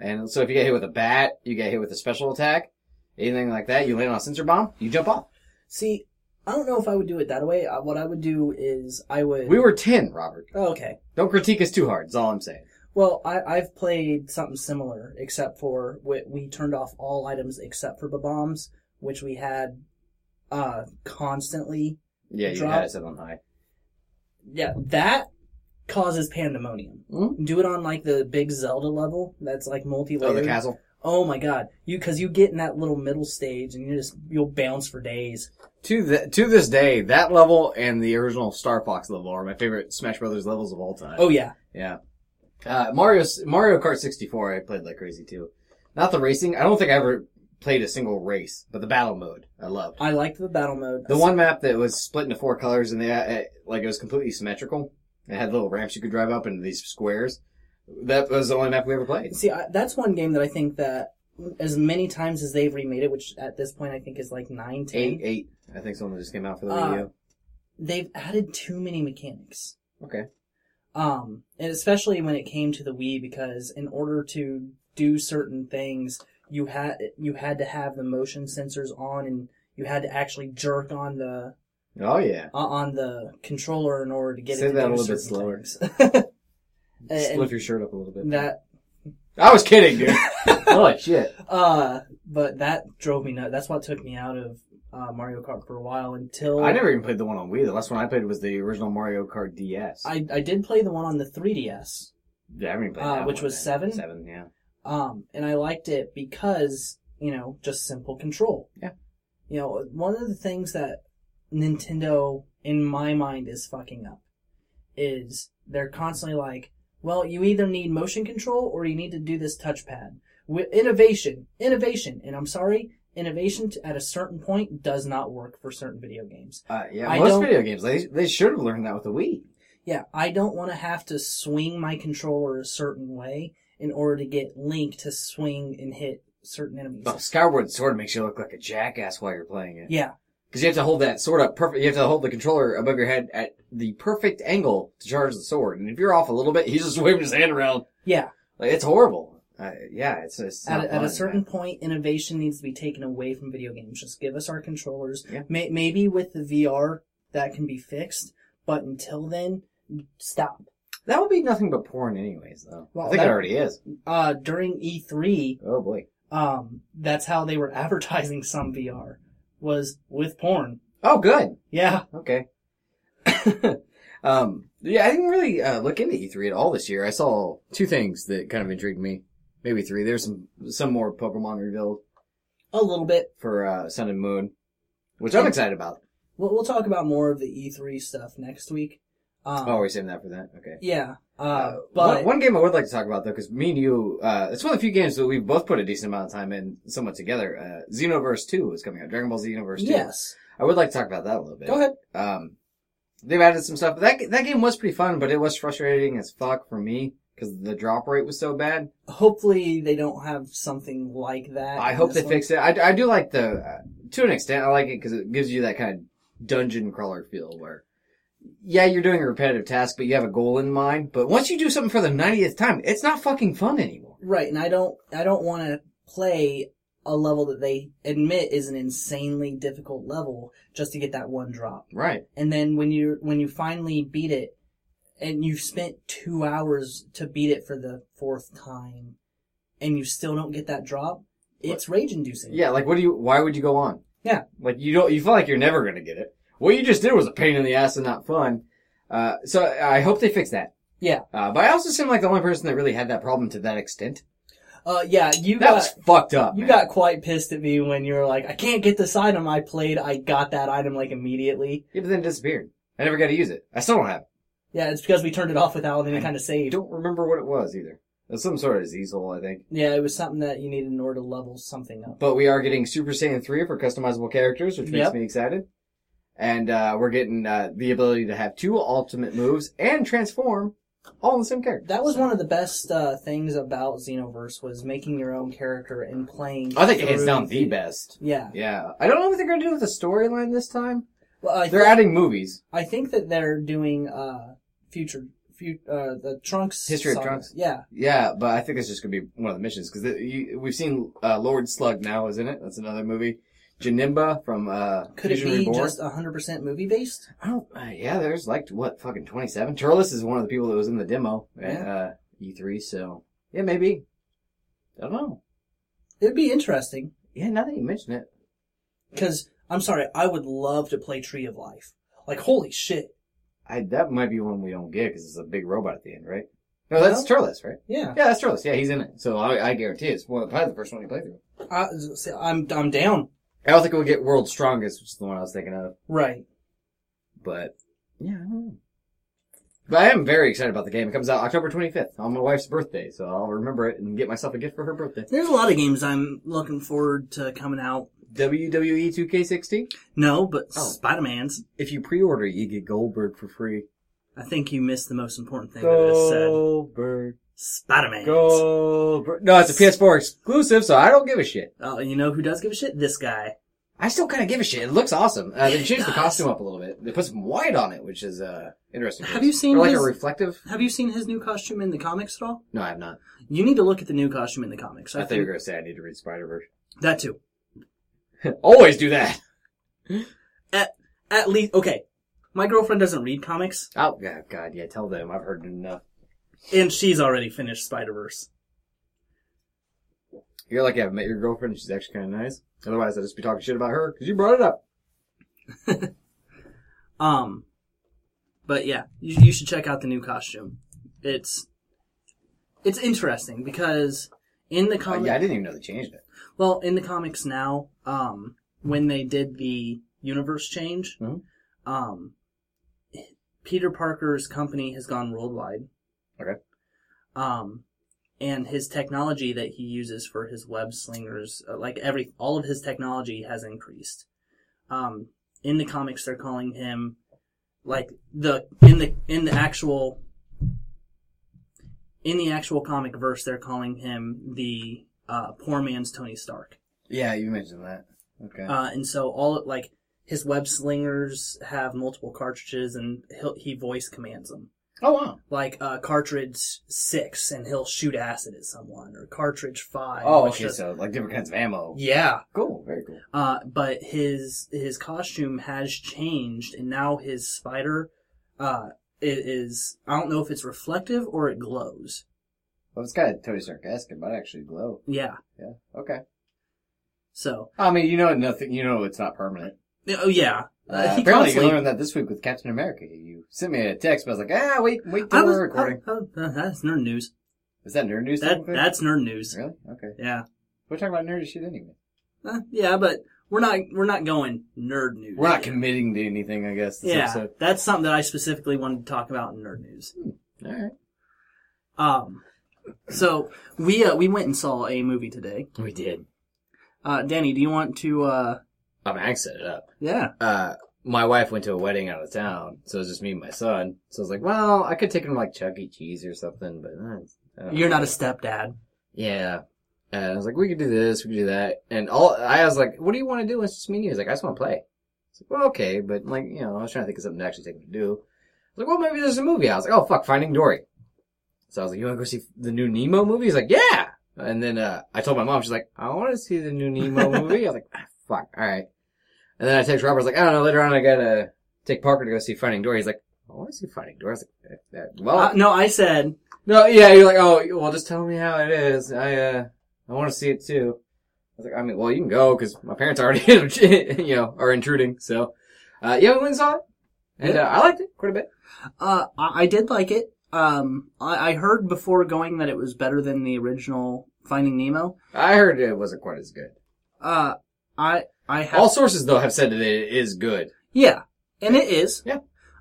Speaker 2: And so if you get hit with a bat, you get hit with a special attack, anything like that, you land on a sensor bomb, you jump off.
Speaker 1: See, I don't know if I would do it that way. Uh, What I would do is I would.
Speaker 2: We were ten, Robert.
Speaker 1: Oh, okay.
Speaker 2: Don't critique us too hard. That's all I'm saying.
Speaker 1: Well, I, I've played something similar, except for we, we turned off all items except for the bombs, which we had uh constantly.
Speaker 2: Yeah, you
Speaker 1: Drop.
Speaker 2: had it set on high.
Speaker 1: Yeah, that causes pandemonium.
Speaker 2: Mhm.
Speaker 1: Do it on like the big Zelda level. That's like
Speaker 2: Oh,
Speaker 1: multi-layered.
Speaker 2: the castle.
Speaker 1: Oh my god! You because you get in that little middle stage and you just you'll bounce for days.
Speaker 2: To the, to this day, that level and the original Star Fox level are my favorite Smash Brothers levels of all time.
Speaker 1: Oh yeah,
Speaker 2: yeah. Uh, Mario Mario Kart 64, I played like crazy too. Not the racing. I don't think I ever played a single race, but the battle mode I loved.
Speaker 1: I liked the battle mode.
Speaker 2: The one map that was split into four colors and they uh, like it was completely symmetrical. It had little ramps you could drive up into these squares. That was the only map we ever played.
Speaker 1: See, I, that's one game that I think that as many times as they've remade it, which at this point I think is like nine, ten,
Speaker 2: Eight, eight. I think someone just came out for the
Speaker 1: Uh,
Speaker 2: video.
Speaker 1: they've added too many mechanics.
Speaker 2: Okay.
Speaker 1: Um, and especially when it came to the Wii, because in order to do certain things, you had you had to have the motion sensors on, and you had to actually jerk on the
Speaker 2: Oh yeah.
Speaker 1: uh, on the controller in order to get
Speaker 2: Say
Speaker 1: it. to
Speaker 2: that a
Speaker 1: do
Speaker 2: little bit
Speaker 1: certain
Speaker 2: slower.
Speaker 1: things.
Speaker 2: Just
Speaker 1: and-
Speaker 2: lift your shirt up a little bit.
Speaker 1: that
Speaker 2: I was kidding, dude. oh shit.
Speaker 1: uh, but that drove me nuts. That's what took me out of uh, Mario Kart for a while until
Speaker 2: I never even played the one on Wii. The last one I played was the original Mario Kart DS.
Speaker 1: I, I did play the one on the 3DS.
Speaker 2: yeah, I haven't even played
Speaker 1: Uh,
Speaker 2: that
Speaker 1: which
Speaker 2: one
Speaker 1: was
Speaker 2: then.
Speaker 1: seven?
Speaker 2: Seven, yeah.
Speaker 1: Um, and I liked it because, you know, just simple control.
Speaker 2: Yeah.
Speaker 1: You know, one of the things that Nintendo, in my mind, is fucking up is they're constantly like, well, you either need motion control or you need to do this touchpad. With innovation, innovation, and I'm sorry, innovation t- at a certain point does not work for certain video games.
Speaker 2: Uh, yeah,
Speaker 1: I
Speaker 2: most
Speaker 1: don't-
Speaker 2: video games they they should have learned that with the Wii.
Speaker 1: Yeah, I don't want to have to swing my controller a certain way in order to get Link to swing and hit certain enemies.
Speaker 2: Oh, Skyward Sword makes you look like a jackass while you're playing it.
Speaker 1: Yeah,
Speaker 2: Because you have to hold that sword up perfect. You have to hold the controller above your head at the perfect angle to charge the sword. And if you're off a little bit, he's just waving his hand around.
Speaker 1: yeah.
Speaker 2: Like, it's horrible. Uh, yeah, it's, it's
Speaker 1: At
Speaker 2: not
Speaker 1: a, at
Speaker 2: fun,
Speaker 1: a certain
Speaker 2: man.
Speaker 1: point, innovation needs to be taken away from video games. Just give us our controllers.
Speaker 2: Yeah.
Speaker 1: May, maybe with the VR that can be fixed, but until then, stop.
Speaker 2: that would be nothing but porn, anyways. Though
Speaker 1: Well,
Speaker 2: I think
Speaker 1: that-
Speaker 2: it already is.
Speaker 1: Uh, during E3,
Speaker 2: Oh boy.
Speaker 1: um, that's how they were advertising some VR was with porn.
Speaker 2: Oh, good.
Speaker 1: Yeah,
Speaker 2: Okay. um, yeah, I didn't really uh, look into E3 at all this year. I saw two things that kind of intrigued me, maybe three. There's some some more Pokemon revealed
Speaker 1: a little bit.
Speaker 2: for uh, Sun and Moon, which I'm excited about.
Speaker 1: We'll, we'll talk about more of the E3 stuff next week. Um,
Speaker 2: Oh, we're saving that for that. Okay.
Speaker 1: yeah. Uh,
Speaker 2: Uh,
Speaker 1: but
Speaker 2: one, one game I would like to talk about though, because me and you, uh, it's one of the few games that we've both put a decent amount of time in, somewhat together. Uh, Xenoverse Two is coming out. Dragon Ball Z Xenoverse Two.
Speaker 1: yes,
Speaker 2: I would like to talk about that a little bit.
Speaker 1: go ahead.
Speaker 2: Um, they've added some stuff. That that game was pretty fun, but it was frustrating as fuck for me because the drop rate was so bad.
Speaker 4: Hopefully, they don't have something like that.
Speaker 2: I
Speaker 4: in
Speaker 2: hope
Speaker 4: Uh, this
Speaker 2: they
Speaker 4: one.
Speaker 2: fix it. I, I do like the uh, to an extent. I like it because it gives you that kind of dungeon crawler feel where. Yeah, you're doing a repetitive task, but you have a goal in mind. But once you do something for the 90th time, it's not fucking fun anymore.
Speaker 4: Right, and I don't I don't want to play a level that they admit is an insanely difficult level just to get that one drop.
Speaker 2: Right.
Speaker 4: And then when you when you finally beat it and you spent 2 hours to beat it for the fourth time and you still don't get that drop, it's rage inducing.
Speaker 2: Yeah, like what do you? Why would you go on?
Speaker 4: Yeah.
Speaker 2: like you don't. You feel like you're never gonna get it. What you just did was a pain in the ass and not fun. Uh, so I hope they fix that.
Speaker 4: Yeah.
Speaker 2: Uh, but I also seem like the only person that really had that problem to that extent.
Speaker 4: Uh yeah, you
Speaker 2: that
Speaker 4: got
Speaker 2: was fucked up.
Speaker 4: you
Speaker 2: man.
Speaker 4: got quite pissed at me when you were like, I can't get this item I played. I got that item like immediately.
Speaker 2: Yeah, but then it disappeared. I never got to use it. I still don't have it.
Speaker 4: Yeah, it's because we turned it off without any kind of
Speaker 2: I
Speaker 4: save.
Speaker 2: don't remember what it was either. It was some sort of diesel, I think.
Speaker 4: Yeah, it was something that you needed in order to level something up.
Speaker 2: But we are getting Super Saiyan 3 for customizable characters, which makes
Speaker 4: Yep.
Speaker 2: me excited. And uh, we're getting uh, the ability to have two ultimate moves and transform all in the same character.
Speaker 4: That was one of the best uh, things about Xenoverse was making your own character and playing.
Speaker 2: I think hands
Speaker 4: through-
Speaker 2: down the best.
Speaker 4: Yeah,
Speaker 2: Yeah, I don't know what they're gonna do with the storyline this time.
Speaker 4: well, I,
Speaker 2: They're
Speaker 4: thi-
Speaker 2: adding movies.
Speaker 4: I think that they're doing uh, future, fu- uh, the Trunks
Speaker 2: History of
Speaker 4: saga.
Speaker 2: Trunks?
Speaker 4: Yeah,
Speaker 2: Yeah, but I think it's just gonna be one of the missions because we've seen uh, Lord Slug now, isn't it? That's another movie. Janimba from uh,
Speaker 4: could
Speaker 2: Fusion
Speaker 4: it be
Speaker 2: Reborn.
Speaker 4: just hundred percent movie based?
Speaker 2: I don't. Uh, yeah, there's like what fucking twenty seven. Turles is one of the people that was in the demo at
Speaker 4: Yeah.
Speaker 2: uh, E three. So yeah, maybe. I don't know.
Speaker 4: It'd be interesting
Speaker 2: Yeah, now that you mention it,
Speaker 4: because I'm sorry, I would love to play Tree of Life. Like holy shit,
Speaker 2: I, that might be one we don't get because it's a big robot at the end, right? No, that's Turles, right?
Speaker 4: yeah.
Speaker 2: Yeah, that's Turles. Yeah, he's in it. So I, I guarantee it's one, probably the first one you play through.
Speaker 4: I, see, I'm I'm down.
Speaker 2: I don't think we'll get World's Strongest, which is the one I was thinking of.
Speaker 4: Right.
Speaker 2: But yeah, I don't know. But I am very excited about the game. It comes out October 25th on my wife's birthday, so I'll remember it and get myself a gift for her birthday.
Speaker 1: There's a lot of games I'm looking forward to coming out.
Speaker 2: WWE 2K60.
Speaker 1: No, but
Speaker 2: Oh.
Speaker 1: Spider-Man's.
Speaker 2: If you pre-order, you get Goldberg for free.
Speaker 1: I think you missed the most important thing that is said.
Speaker 2: Goldberg,
Speaker 1: Spider-Man's.
Speaker 2: Goldberg. No, it's a PS4 exclusive, so I don't give a shit.
Speaker 1: Oh, you know who does give a shit? This guy.
Speaker 2: I still kind of give a shit. It looks awesome. Uh, they
Speaker 1: It
Speaker 2: changed the
Speaker 1: does.
Speaker 2: costume up a little bit. They put some white on it, which is uh interesting.
Speaker 1: Have you seen
Speaker 2: or like
Speaker 1: his-
Speaker 2: a reflective?
Speaker 1: Have you seen his new costume in the comics at all?
Speaker 2: No, I have not.
Speaker 1: You need to look at the new costume in the comics.
Speaker 2: I thought you were gonna say I need to read Spider Verse.
Speaker 1: that too.
Speaker 2: Always do that.
Speaker 1: At least okay. My girlfriend doesn't read comics,
Speaker 2: Oh yeah, God, yeah. Tell them I've heard enough.
Speaker 1: and she's already finished Spider Verse.
Speaker 2: You're lucky I've met your girlfriend. She's actually kind of nice. Otherwise, I'd just be talking shit about her because you brought it up.
Speaker 1: Um, but yeah, you, you should check out the new costume. It's it's interesting because in the
Speaker 2: Uh,
Speaker 1: comic,
Speaker 2: yeah, I didn't even know they changed it.
Speaker 1: well, in the comics now, um, when they did the universe change,
Speaker 2: Mhm.
Speaker 1: um, Peter Parker's company has gone worldwide.
Speaker 2: Okay.
Speaker 1: Um, and his technology that he uses for his web slingers, uh, like every, all of his technology has increased. Um, in the comics, they're calling him, like the in the in the actual in the actual comic verse, they're calling him the uh, poor man's Tony Stark.
Speaker 2: Yeah, you mentioned that. Okay.
Speaker 1: Uh, and so all like his web slingers have multiple cartridges, and he'll, he voice commands them.
Speaker 2: oh wow.
Speaker 1: Like uh, cartridge six, and he'll shoot acid at someone, or cartridge five.
Speaker 2: Oh,
Speaker 1: which
Speaker 2: okay.
Speaker 1: does-
Speaker 2: So like different kinds of ammo.
Speaker 1: yeah.
Speaker 2: Cool. Very cool.
Speaker 1: Uh, but his his costume has changed, and now his spider uh, it is I don't know if it's reflective or it glows.
Speaker 2: Well, it's kind of Tony Stark esque. It might actually glow.
Speaker 1: Yeah.
Speaker 2: Yeah. Okay.
Speaker 1: So
Speaker 2: I mean, you know nothing. You know it's not permanent.
Speaker 1: oh yeah.
Speaker 2: Uh,
Speaker 1: he
Speaker 2: apparently, you
Speaker 1: constantly-
Speaker 2: learned that this week with Captain America. You sent me a text, but I was like, ah, wait, wait
Speaker 1: I
Speaker 2: till
Speaker 1: was,
Speaker 2: we're recording.
Speaker 1: I- I- uh, that's nerd news.
Speaker 2: Is that nerd news?
Speaker 1: That
Speaker 2: technically?
Speaker 1: that's nerd news.
Speaker 2: really okay.
Speaker 1: Yeah.
Speaker 2: We're talking about nerdy shit anyway.
Speaker 1: Uh, yeah, but we're not we're not going nerd news.
Speaker 2: We're not
Speaker 1: here.
Speaker 2: committing to anything, I guess. This
Speaker 1: Yeah,
Speaker 2: Episode.
Speaker 1: that's something that I specifically wanted to talk about in nerd news.
Speaker 2: All right.
Speaker 1: Um, so we uh, we went and saw a movie today.
Speaker 2: We did.
Speaker 1: Uh, Danny, do you want to? Uh,
Speaker 2: I'm um, I set it up.
Speaker 1: yeah,
Speaker 2: Uh, my wife went to a wedding out of town, so it was just me and my son. So I was like, well, I could take him to like Chuck E. Cheese or something, but uh, I don't
Speaker 1: You're
Speaker 2: know.
Speaker 1: not a stepdad.
Speaker 2: Yeah. And I was like, we could do this, we could do that. And all, I was like, what do you want to do? It's just me and you. He's like, I just want to play. It's like, well, okay, but like, you know, I was trying to think of something to actually take him to do. I was like, well, maybe there's a movie. I was like, oh fuck, Finding Dory. So I was like, you want to go see the new Nemo movie? He's like, yeah. And then, uh, I told my mom, she's like, I want to see the new Nemo movie. I was like, ah, fuck, alright. And then I text Robert, I was like, I don't know, later on I gotta take Parker to go see Finding Dory. He's like, I want to see Finding Dory. I was like, eh, eh, well,
Speaker 1: Uh, no, I said
Speaker 2: no, yeah, you're like, oh, well, just tell me how it is. I, uh, I want to see it too. I was like, I mean, well, you can go because my parents already, you know, are intruding. So, uh, yeah, we went and saw it, and uh, I liked it quite a bit.
Speaker 1: Uh, I I did like it. Um, I, I heard before going that it was better than the original Finding Nemo.
Speaker 2: I heard it wasn't quite as good.
Speaker 1: Uh, I I have
Speaker 2: All sources though have said that it is good.
Speaker 1: yeah, and it is
Speaker 2: Yeah.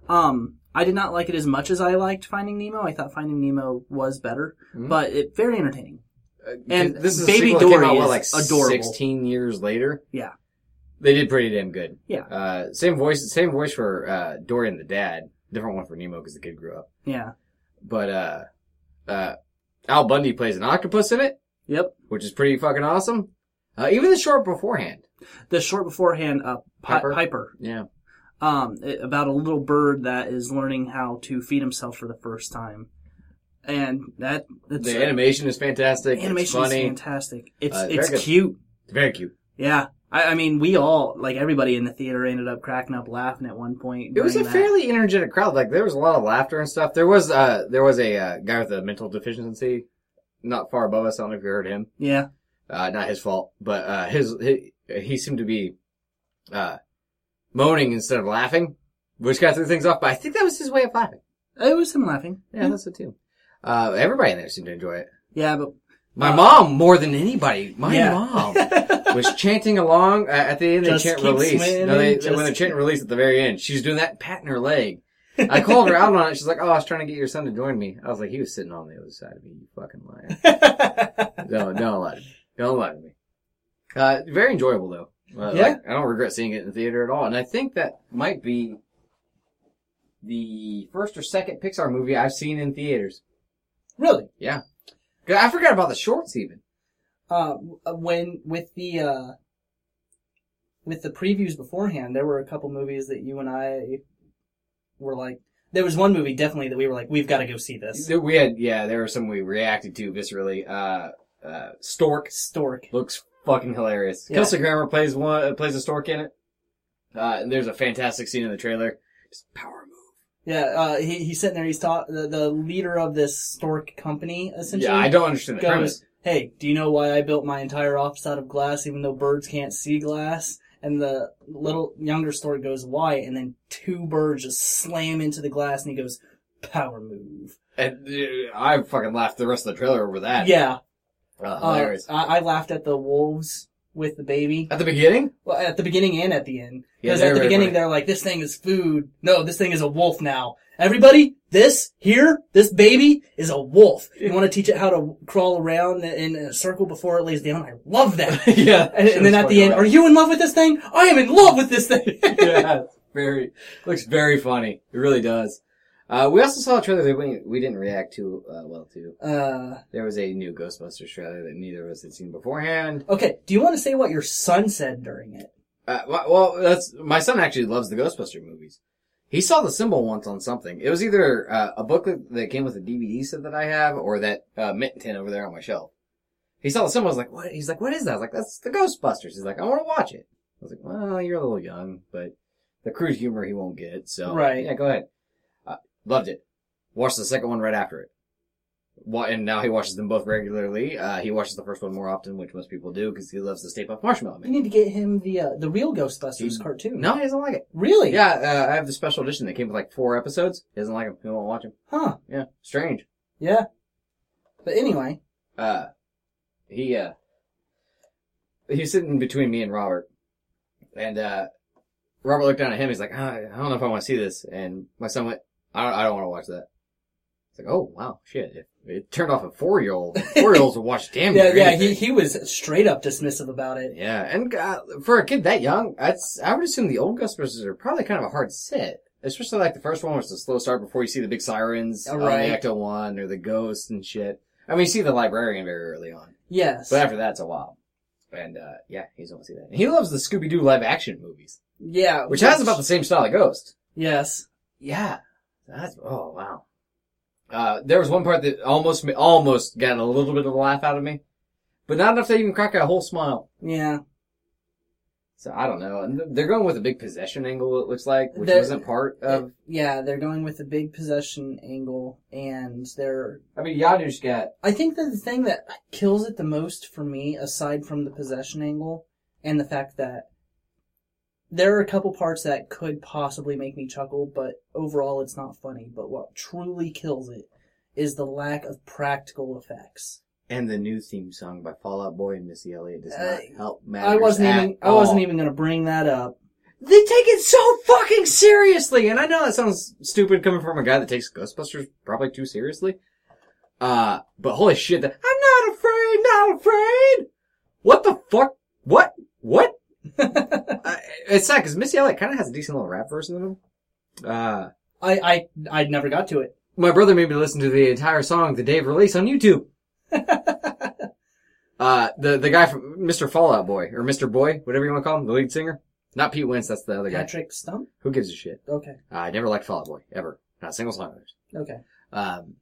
Speaker 1: Um, I did not like it as much as I liked Finding Nemo. I thought Finding Nemo was better,
Speaker 2: Mhm.
Speaker 1: but it very entertaining.
Speaker 2: Uh,
Speaker 1: And
Speaker 2: this is
Speaker 1: Baby
Speaker 2: a sequel that came
Speaker 1: Dory
Speaker 2: out, what,
Speaker 1: is
Speaker 2: like
Speaker 1: adorable.
Speaker 2: sixteen years later.
Speaker 1: Yeah.
Speaker 2: they did pretty damn good.
Speaker 1: Yeah.
Speaker 2: Uh, same voice, same voice for uh, Dory and the dad. Different one for Nemo because the kid grew up.
Speaker 1: Yeah.
Speaker 2: but uh, uh, Al Bundy plays an octopus in it,
Speaker 1: Yep.
Speaker 2: which is pretty fucking awesome. Uh, even the short beforehand.
Speaker 1: The short beforehand, uh, Pi-
Speaker 2: Piper?
Speaker 1: Piper.
Speaker 2: Yeah.
Speaker 1: um, it- about a little bird that is learning how to feed himself for the first time, and that that's
Speaker 2: The animation is fantastic.
Speaker 1: animation
Speaker 2: it's
Speaker 1: is
Speaker 2: funny.
Speaker 1: fantastic. It's
Speaker 2: Uh, very
Speaker 1: it's
Speaker 2: good.
Speaker 1: cute.
Speaker 2: Very cute.
Speaker 1: Yeah. I, I mean, we all, like everybody in the theater ended up cracking up laughing at one point.
Speaker 2: It was a
Speaker 1: during that.
Speaker 2: fairly energetic crowd. Like there was a lot of laughter and stuff. There was uh there was a uh, guy with a mental deficiency not far above us. I don't know if you heard him.
Speaker 1: Yeah.
Speaker 2: Uh, not his fault, but uh his he, he seemed to be uh moaning instead of laughing, which got threw things off. But I think that was his way of laughing.
Speaker 1: It was him laughing.
Speaker 2: Yeah, that's it too. Uh, everybody in there seemed to enjoy it.
Speaker 1: Yeah, but
Speaker 2: My
Speaker 1: Uh,
Speaker 2: mom more than anybody. My
Speaker 1: Yeah.
Speaker 2: mom was chanting along uh, at the end. They
Speaker 1: Just
Speaker 2: chant
Speaker 1: keep
Speaker 2: release.
Speaker 1: swinging,
Speaker 2: no, they,
Speaker 1: just-
Speaker 2: when they're chanting release at the very end, she's doing that, patting her leg. I called her out on it. She's like, "Oh, I was trying to get your son to join me." I was like, "He was sitting on the other side of me. You fucking liar! No, don't lie to me. Don't lie to me." Uh, very enjoyable though. Uh,
Speaker 1: Yeah.
Speaker 2: like, I don't regret seeing it in the theater at all, and I think that might be the first or second Pixar movie I've seen in theaters.
Speaker 4: Really?
Speaker 2: Yeah, 'Cause I forgot about the shorts even.
Speaker 4: Uh, w- when with the uh, with the previews beforehand, there were a couple movies that you and I were like. There was one movie definitely that we were like, we've got to go see this.
Speaker 2: There- We had, yeah, there were some we reacted to viscerally. Uh, uh, Stork
Speaker 4: Stork.
Speaker 2: looks fucking hilarious.
Speaker 4: Yeah.
Speaker 2: Kelsey Grammer plays one, uh, plays a stork in it. Uh, and there's a fantastic scene in the trailer. Just power move.
Speaker 4: Yeah, uh, he, he's sitting there. He's taught the, the leader of this stork company essentially.
Speaker 2: Yeah, I don't understand the
Speaker 4: goes,
Speaker 2: premise.
Speaker 4: Hey, do you know why I built my entire office out of glass, even though birds can't see glass? And the little younger stork goes, why? And then two birds just slam into the glass, and he goes, power move.
Speaker 2: And uh, I fucking laughed the rest of the trailer over that.
Speaker 4: Yeah,
Speaker 2: Uh,
Speaker 4: uh,
Speaker 2: hilarious.
Speaker 4: I, I laughed at the wolves with the baby.
Speaker 2: At the beginning?
Speaker 4: Well, at the beginning and at the end.
Speaker 2: Yeah,
Speaker 4: Because
Speaker 2: they're
Speaker 4: at the
Speaker 2: very
Speaker 4: beginning,
Speaker 2: funny.
Speaker 4: they're like, this thing is food. No, this thing is a wolf now. Everybody, this here, this baby is a wolf. You want to teach it how to crawl around in a circle before it lays down? I love that.
Speaker 2: yeah.
Speaker 4: And, and then at the end, are you in love with this thing? I am in love with this thing.
Speaker 2: yeah, it's very looks very funny. It really does. Uh, we also saw a trailer that we, we didn't react to uh, well to.
Speaker 4: uh,
Speaker 2: There was a new Ghostbusters trailer that neither of us had seen beforehand.
Speaker 4: okay. Do you want to say what your son said during it?
Speaker 2: Uh, well- well, that's my son actually loves the Ghostbuster movies. He saw the symbol once on something. It was either uh, a booklet that came with a DVD set that I have, or that uh, mint tin over there on my shelf. He saw the symbol. I was like, "What?" He's like, "What is that?" I was like, "That's the Ghostbusters." He's like, "I want to watch it." I was like, "Well, you're a little young, but the crude humor he won't get." So
Speaker 4: Right.
Speaker 2: yeah, go ahead. Uh, loved it. Watched the second one right after it. Wa- and now he watches them both regularly. Uh, he watches the first one more often, which most people do because he loves the Stay Puft Marshmallow
Speaker 4: You
Speaker 2: Man.
Speaker 4: need to get him the uh, the real Ghostbusters
Speaker 2: He-
Speaker 4: cartoon.
Speaker 2: Mm, No, he doesn't like it.
Speaker 4: really?
Speaker 2: Yeah, uh, I have the special edition that came with like four episodes. He doesn't like them. He won't watch them.
Speaker 4: Huh?
Speaker 2: Yeah, strange.
Speaker 4: Yeah. But anyway,
Speaker 2: Uh, he uh, he was sitting between me and Robert, and uh, Robert looked down at him. He's like, "Ah, I don't know if I want to see this. And my son went, I don't, I don't want to watch that. It's like, oh wow, shit! It, it turned off a four year old. Four year olds will watch damn.
Speaker 4: Yeah,
Speaker 2: near
Speaker 4: yeah,
Speaker 2: anything.
Speaker 4: he, he was straight up dismissive about it.
Speaker 2: Yeah, and uh, for a kid that young, that's I would assume the old Ghostbusters are probably kind of a hard set. Especially like the first one was the slow start before you see the big sirens,
Speaker 4: Oh,
Speaker 2: on
Speaker 4: right.
Speaker 2: Ecto One or the ghosts and shit. I mean, you see the librarian very early on,
Speaker 4: Yes.
Speaker 2: but after that, it's a while. And uh, yeah, he's almost see that. And he loves the Scooby Doo live action movies,
Speaker 4: yeah.
Speaker 2: which has about the same style of Ghost.
Speaker 4: Yes.
Speaker 2: Yeah, that's oh wow. Uh, there was one part that almost ma- almost got a little bit of a laugh out of me, but not enough to even crack a whole smile.
Speaker 4: Yeah.
Speaker 2: So I don't know. And They're going with a big possession angle. It looks like, which
Speaker 4: The-
Speaker 2: wasn't part of.
Speaker 4: yeah, they're going with the big possession angle, and they're.
Speaker 2: I mean, Yadu's got
Speaker 4: I think that the thing that kills it the most for me, aside from the possession angle, and the fact that there are a couple parts that could possibly make me chuckle, but overall it's not funny. But what truly kills it is the lack of practical effects.
Speaker 2: and the new theme song by Fallout Boy and Missy Elliott does
Speaker 4: Uh,
Speaker 2: not help matters.
Speaker 4: I wasn't
Speaker 2: at
Speaker 4: even. I wasn't
Speaker 2: all.
Speaker 4: even going to bring that up.
Speaker 2: They take it so fucking seriously, and I know that sounds stupid coming from a guy that takes Ghostbusters probably too seriously. Uh, but holy shit, that, I'm not afraid, not afraid! What the fuck? What? What? uh, it's sad, cause Missy Elliott kinda has a decent little rap verse in them. Uh,
Speaker 4: I I I never got to it.
Speaker 2: my brother made me listen to the entire song the day of release on YouTube. uh, the, the guy from Mr. Fallout Boy, or Mr. Boy, whatever you wanna call him, the lead singer. Not Pete Wentz, that's the other guy.
Speaker 4: Patrick Stump.
Speaker 2: Who gives a shit?
Speaker 4: Okay.
Speaker 2: I never liked Fall Out Boy ever, not a single song of theirs.
Speaker 4: Okay.
Speaker 2: Um,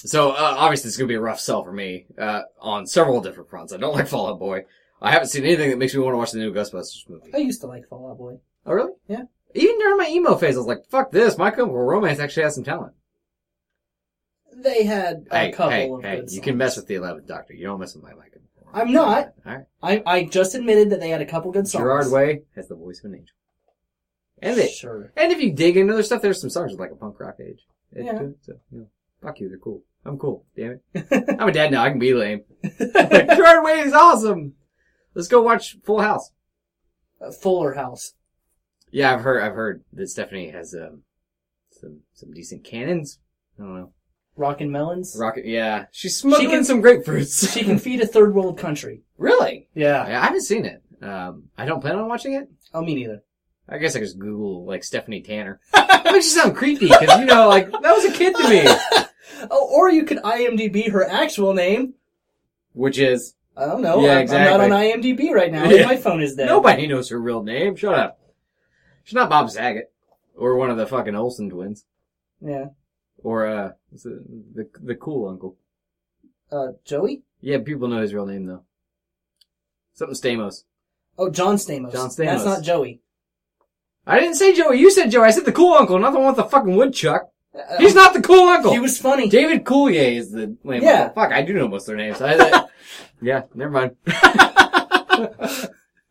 Speaker 2: so uh, obviously it's gonna be a rough sell for me uh, on several different fronts. I don't like Fall Out Boy. I haven't seen anything that makes me want to watch the new Ghostbusters movie.
Speaker 4: I used to like Fall Out Boy.
Speaker 2: Oh really?
Speaker 4: Yeah.
Speaker 2: Even during my emo phase, I was like, "Fuck this!" My Chemical Romance actually has some talent.
Speaker 4: They had a
Speaker 2: hey,
Speaker 4: couple
Speaker 2: hey,
Speaker 4: of
Speaker 2: hey!
Speaker 4: good.
Speaker 2: You can
Speaker 4: songs.
Speaker 2: mess with the Eleventh Doctor. You don't mess with my My Chemical Romance.
Speaker 4: I'm not.
Speaker 2: All right.
Speaker 4: I I just admitted that they had a couple good songs.
Speaker 2: Gerard Way has the voice of an angel. And it.
Speaker 4: Sure.
Speaker 2: And if you dig into their stuff, there's some songs with like a punk rock age. edge
Speaker 4: Yeah.
Speaker 2: to it, So, you know, fuck you, they're cool. I'm cool. Damn it. I'm a dad now. I can be lame. Gerard Way is awesome. Let's go watch Full House.
Speaker 4: Uh, Fuller House.
Speaker 2: Yeah, I've heard. I've heard that Stephanie has um some some decent cannons. I don't know.
Speaker 4: Rockin' Melons.
Speaker 2: Rocket. Yeah, she's smuggling
Speaker 4: can-
Speaker 2: some grapefruits.
Speaker 4: She can feed a third world country.
Speaker 2: really.
Speaker 4: Yeah.
Speaker 2: I, I haven't seen it. Um, I don't plan on watching it.
Speaker 4: Oh, me neither.
Speaker 2: I guess I could just Google like Stephanie Tanner. that makes you sound creepy because you know, like that was a kid to me,
Speaker 4: Oh, or you could IMDb her actual name.
Speaker 2: which is
Speaker 4: I don't know.
Speaker 2: Yeah,
Speaker 4: I'm- I'm
Speaker 2: exactly.
Speaker 4: not on IMDb right now.
Speaker 2: Yeah.
Speaker 4: My phone is dead.
Speaker 2: Nobody knows her real name. Shut up. She's not Bob Saget or one of the fucking Olsen twins
Speaker 4: Yeah.
Speaker 2: or uh what's the the, the cool uncle.
Speaker 4: Uh, Joey.
Speaker 2: Yeah, people know his real name though. Something Stamos.
Speaker 4: Oh, John Stamos.
Speaker 2: John Stamos.
Speaker 4: That's not Joey.
Speaker 2: I didn't say Joey. You said Joey. I said the cool uncle. Nothing with the fucking woodchuck.
Speaker 4: Uh,
Speaker 2: He's not the cool uncle.
Speaker 4: He was funny.
Speaker 2: David Coulier is the name.
Speaker 4: Yeah.
Speaker 2: Fuck, I do know most of their names. I, yeah, never mind.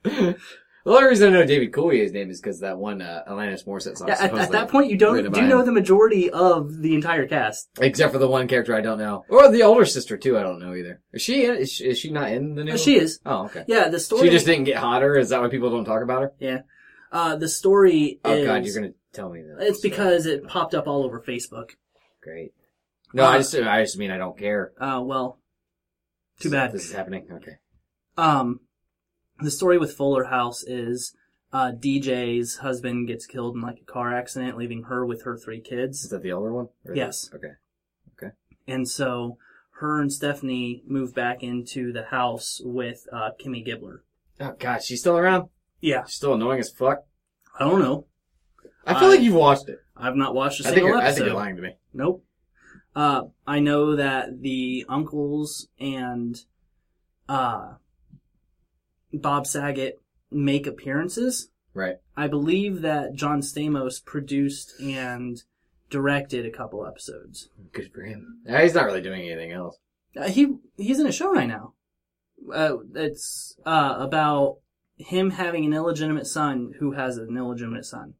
Speaker 2: the only reason I know David Coulier's name is because that one uh, Alanis Morissette song.
Speaker 1: Yeah, at, at
Speaker 2: supposedly
Speaker 1: that point, you don't
Speaker 2: written
Speaker 1: do
Speaker 2: by him.
Speaker 1: know the majority of the entire cast.
Speaker 2: Except for the one character I don't know, or the older sister too. I don't know either. Is she in, is, she, is she not in the new?
Speaker 1: But she is.
Speaker 2: One? Oh, okay.
Speaker 1: Yeah, the story.
Speaker 2: She just didn't get hotter. Is that why people don't talk about her?
Speaker 1: uh, the story
Speaker 2: Oh
Speaker 1: is.
Speaker 2: God, you're gonna tell me that.
Speaker 1: It's because it popped up all over Facebook.
Speaker 2: great. No,
Speaker 1: Uh,
Speaker 2: I just I just mean I don't care.
Speaker 1: Uh, well, too
Speaker 2: that
Speaker 1: bad.
Speaker 2: This is happening. Okay.
Speaker 1: Um, the story with Fuller House is uh, DJ's husband gets killed in like a car accident, leaving her with her three
Speaker 2: Is
Speaker 1: kids,
Speaker 2: that the older one? Or is
Speaker 1: Yes.
Speaker 2: it- Okay.
Speaker 1: and so her and Stephanie move back into the house with uh, Kimmy Gibbler.
Speaker 2: Oh God, she's still around.
Speaker 1: Yeah,
Speaker 2: She's still annoying as fuck.
Speaker 1: I don't know.
Speaker 2: I feel
Speaker 1: I-
Speaker 2: like you've watched it.
Speaker 1: I've not watched a
Speaker 2: I think
Speaker 1: single
Speaker 2: you're, I
Speaker 1: episode.
Speaker 2: think you're lying to me.
Speaker 1: Nope. Uh, I know that the uncles and uh, Bob Saget make appearances.
Speaker 2: Right.
Speaker 1: I believe that John Stamos produced and directed a couple episodes.
Speaker 2: Good for him. Yeah, he's not really doing anything else.
Speaker 1: Uh, he he's in a show right now. Uh, it's uh, about him having an illegitimate son who has an illegitimate son.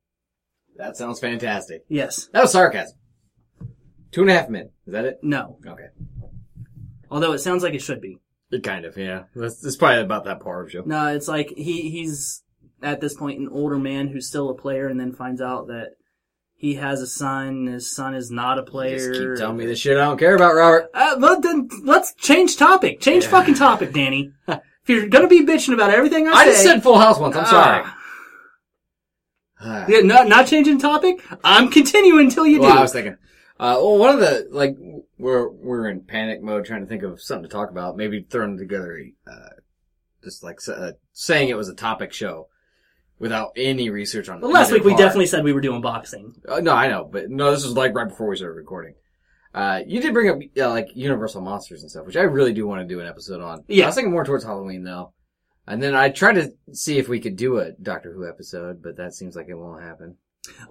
Speaker 2: That sounds fantastic.
Speaker 1: Yes.
Speaker 2: That was sarcasm. Two and a half men. Is that it?
Speaker 1: No.
Speaker 2: Okay.
Speaker 1: Although it sounds like it should be.
Speaker 2: It kind of, yeah. That's, that's probably about that part of the show.
Speaker 1: No, it's like he he's at this point an older man who's still a player and then finds out that he has a son. His son is not a player.
Speaker 2: Just keep telling me the shit I don't care about, Robert.
Speaker 1: Uh, well, then let's change topic. Change
Speaker 2: Yeah.
Speaker 1: fucking topic, Danny. if you're gonna be bitching about everything I,
Speaker 2: I
Speaker 1: say,
Speaker 2: just said Full House once. I'm sorry.
Speaker 1: Ah.
Speaker 2: Ah.
Speaker 1: yeah, not not changing topic. I'm continuing until you
Speaker 2: well,
Speaker 1: do.
Speaker 2: I was thinking. Uh, well, one of the like we're we're in panic mode, trying to think of something to talk about. Maybe throwing together, a, uh, just like s- uh, saying it was a topic show without any research on.
Speaker 1: Well, last
Speaker 2: either
Speaker 1: week we
Speaker 2: part.
Speaker 1: definitely said we were doing boxing.
Speaker 2: Uh, no, I know, but no, this was like right before we started recording. Uh, you did bring up uh, like Universal monsters and stuff, which I really do want to do an episode on.
Speaker 1: Yeah.
Speaker 2: I was thinking more towards Halloween though, and then I tried to see if we could do a Doctor Who episode, but that seems like it won't happen.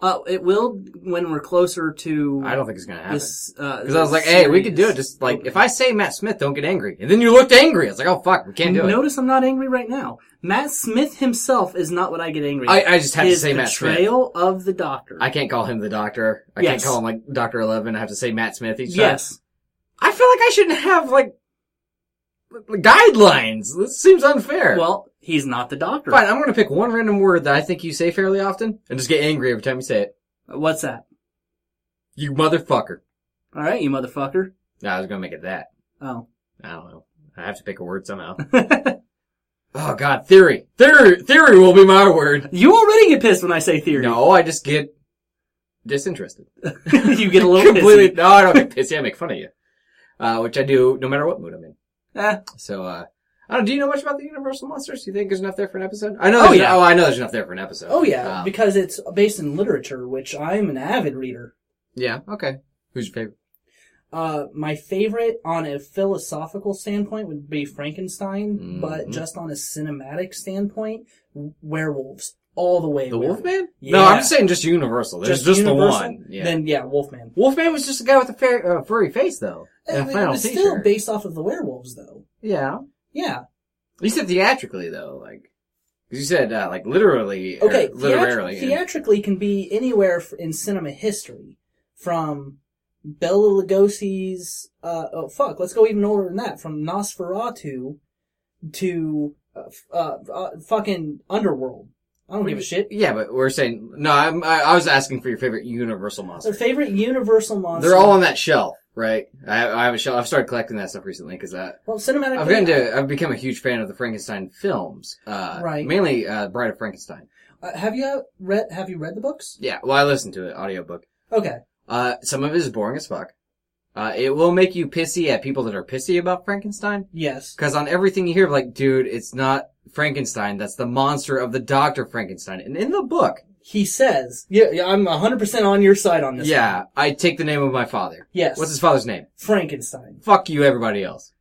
Speaker 1: Uh, it will when we're closer to
Speaker 2: I don't think it's gonna happen.
Speaker 1: this. Because
Speaker 2: Because I was like, hey, we could do it. Just like, if I say Matt Smith, don't get angry. And then you looked angry. I was like, oh fuck, we can't do it.
Speaker 1: Notice I'm not angry right now. Matt Smith himself is not what I get angry.
Speaker 2: I,
Speaker 1: at.
Speaker 2: I just have to
Speaker 1: His
Speaker 2: say Matt Smith.
Speaker 1: portrayal of the Doctor.
Speaker 2: I can't call him the doctor. I can't
Speaker 1: Yes.
Speaker 2: call him like Doctor Eleven. I have to say Matt Smith each time.
Speaker 1: yes,
Speaker 2: I feel like I shouldn't have like guidelines. This seems unfair.
Speaker 1: well, he's not the Doctor.
Speaker 2: fine. I'm gonna pick one random word that I think you say fairly often and just get angry every time you say it.
Speaker 1: What's that?
Speaker 2: You motherfucker.
Speaker 1: All right, you motherfucker.
Speaker 2: No, I was gonna make it that.
Speaker 1: Oh,
Speaker 2: I don't know. I have to pick a word somehow. oh God, theory. Theory. Theory will be my word.
Speaker 1: you already get pissed when I say theory.
Speaker 2: No, I just get disinterested.
Speaker 1: you get a little
Speaker 2: Completely.
Speaker 1: pissy.
Speaker 2: No, I don't get pissy. I make fun of you, uh, which I do no matter what mood I'm in.
Speaker 1: Eh.
Speaker 2: So, uh, I don't. Do you know much about the Universal monsters? Do you think there's enough there for an episode? I know.
Speaker 1: Oh,
Speaker 2: there's-
Speaker 1: yeah.
Speaker 2: Oh, I know there's enough there for an episode.
Speaker 4: Oh yeah,
Speaker 2: Um,
Speaker 4: because it's based in literature, which I'm an avid reader.
Speaker 2: yeah. Okay. Who's your favorite?
Speaker 4: Uh, my favorite on a philosophical standpoint would be Frankenstein, but
Speaker 2: Mhm.
Speaker 4: just on a cinematic standpoint, w- werewolves all the way.
Speaker 2: The
Speaker 4: werewolves.
Speaker 2: Wolfman?
Speaker 4: Yeah.
Speaker 2: No, I'm just saying just Universal. There's just, the
Speaker 4: Universal,
Speaker 2: one. Yeah.
Speaker 4: Then yeah, Wolfman.
Speaker 2: Wolfman was just a guy with a fair, uh, furry face, though. And a
Speaker 4: it
Speaker 2: flannel
Speaker 4: was still
Speaker 2: t-shirt. Uh,
Speaker 4: based off of the werewolves, though.
Speaker 2: yeah.
Speaker 4: Yeah.
Speaker 2: You said theatrically though, like 'cause you said uh, like literally. or
Speaker 4: Okay.
Speaker 2: literarily.
Speaker 4: theatri- theatrically can be anywhere f- in cinema history, from Bela Lugosi's. Uh, oh fuck, let's go even older than that. From Nosferatu to uh, f- uh, uh, fucking Underworld. I don't give a shit.
Speaker 2: Yeah, but we're saying no. I'm, I, I was asking for your favorite Universal monster.
Speaker 4: Their favorite Universal monster.
Speaker 2: They're all on that shelf, right? I, I have a shelf. I've started collecting that stuff recently because I've
Speaker 4: well cinematic.
Speaker 2: gotten to. I've become a huge fan of the Frankenstein films, uh,
Speaker 4: Right.
Speaker 2: Mainly uh, Bride of Frankenstein.
Speaker 4: Uh, have you read? Have you read the books?
Speaker 2: Yeah. Well, I listened to it audiobook.
Speaker 4: Okay.
Speaker 2: Uh, some of it is boring as fuck. Uh, it will make you pissy at people that are pissy about Frankenstein.
Speaker 4: Yes.
Speaker 2: Cause on everything you hear, like, dude, it's not Frankenstein. That's the monster of the Dr. Frankenstein. And in the book,
Speaker 4: He says. Yeah. yeah I'm 100 percent on your side on this. one.
Speaker 2: yeah, I take the name of my father.
Speaker 4: Yes.
Speaker 2: What's his father's name?
Speaker 4: Frankenstein.
Speaker 2: fuck you, everybody else.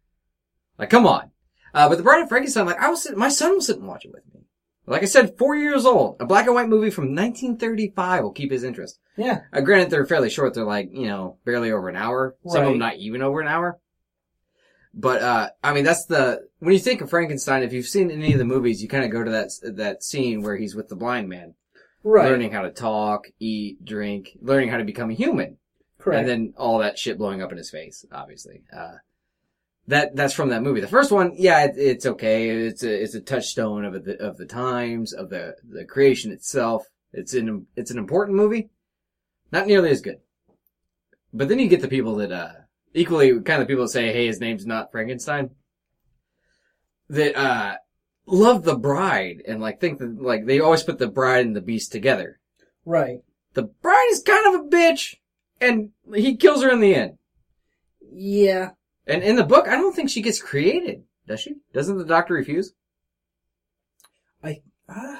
Speaker 2: Like, come on. Uh, but the Bride of Frankenstein, like, I was sitting, my son was sitting and watch it with me. Like I said, four years old, a black and white movie from 1935 will keep his interest.
Speaker 4: Yeah.
Speaker 2: Uh, granted, they're fairly short. They're like, you know, barely over an hour. Some of them
Speaker 4: Right.
Speaker 2: not even over an hour. But, uh, I mean, that's the, when you think of Frankenstein, if you've seen any of the movies, you kind of go to that, that scene where he's with the blind man.
Speaker 4: Right.
Speaker 2: Learning how to talk, eat, drink, learning how to become a human.
Speaker 4: Correct.
Speaker 2: And then all that shit blowing up in his face, obviously. Uh, that that's from that movie. The first one, yeah, it, it's okay. It's a it's a touchstone of the of the times of the the creation itself. It's an it's an important movie, not nearly as good. But then you get the people that uh equally kind of the people that say, "Hey, his name's not Frankenstein." That uh love the bride and like think that like they always put the bride and the beast together
Speaker 4: right.
Speaker 2: the bride is kind of a bitch, and he kills her in the end.
Speaker 4: Yeah.
Speaker 2: And in the book, I don't think she gets created, does she? Doesn't the doctor refuse?
Speaker 4: Ah,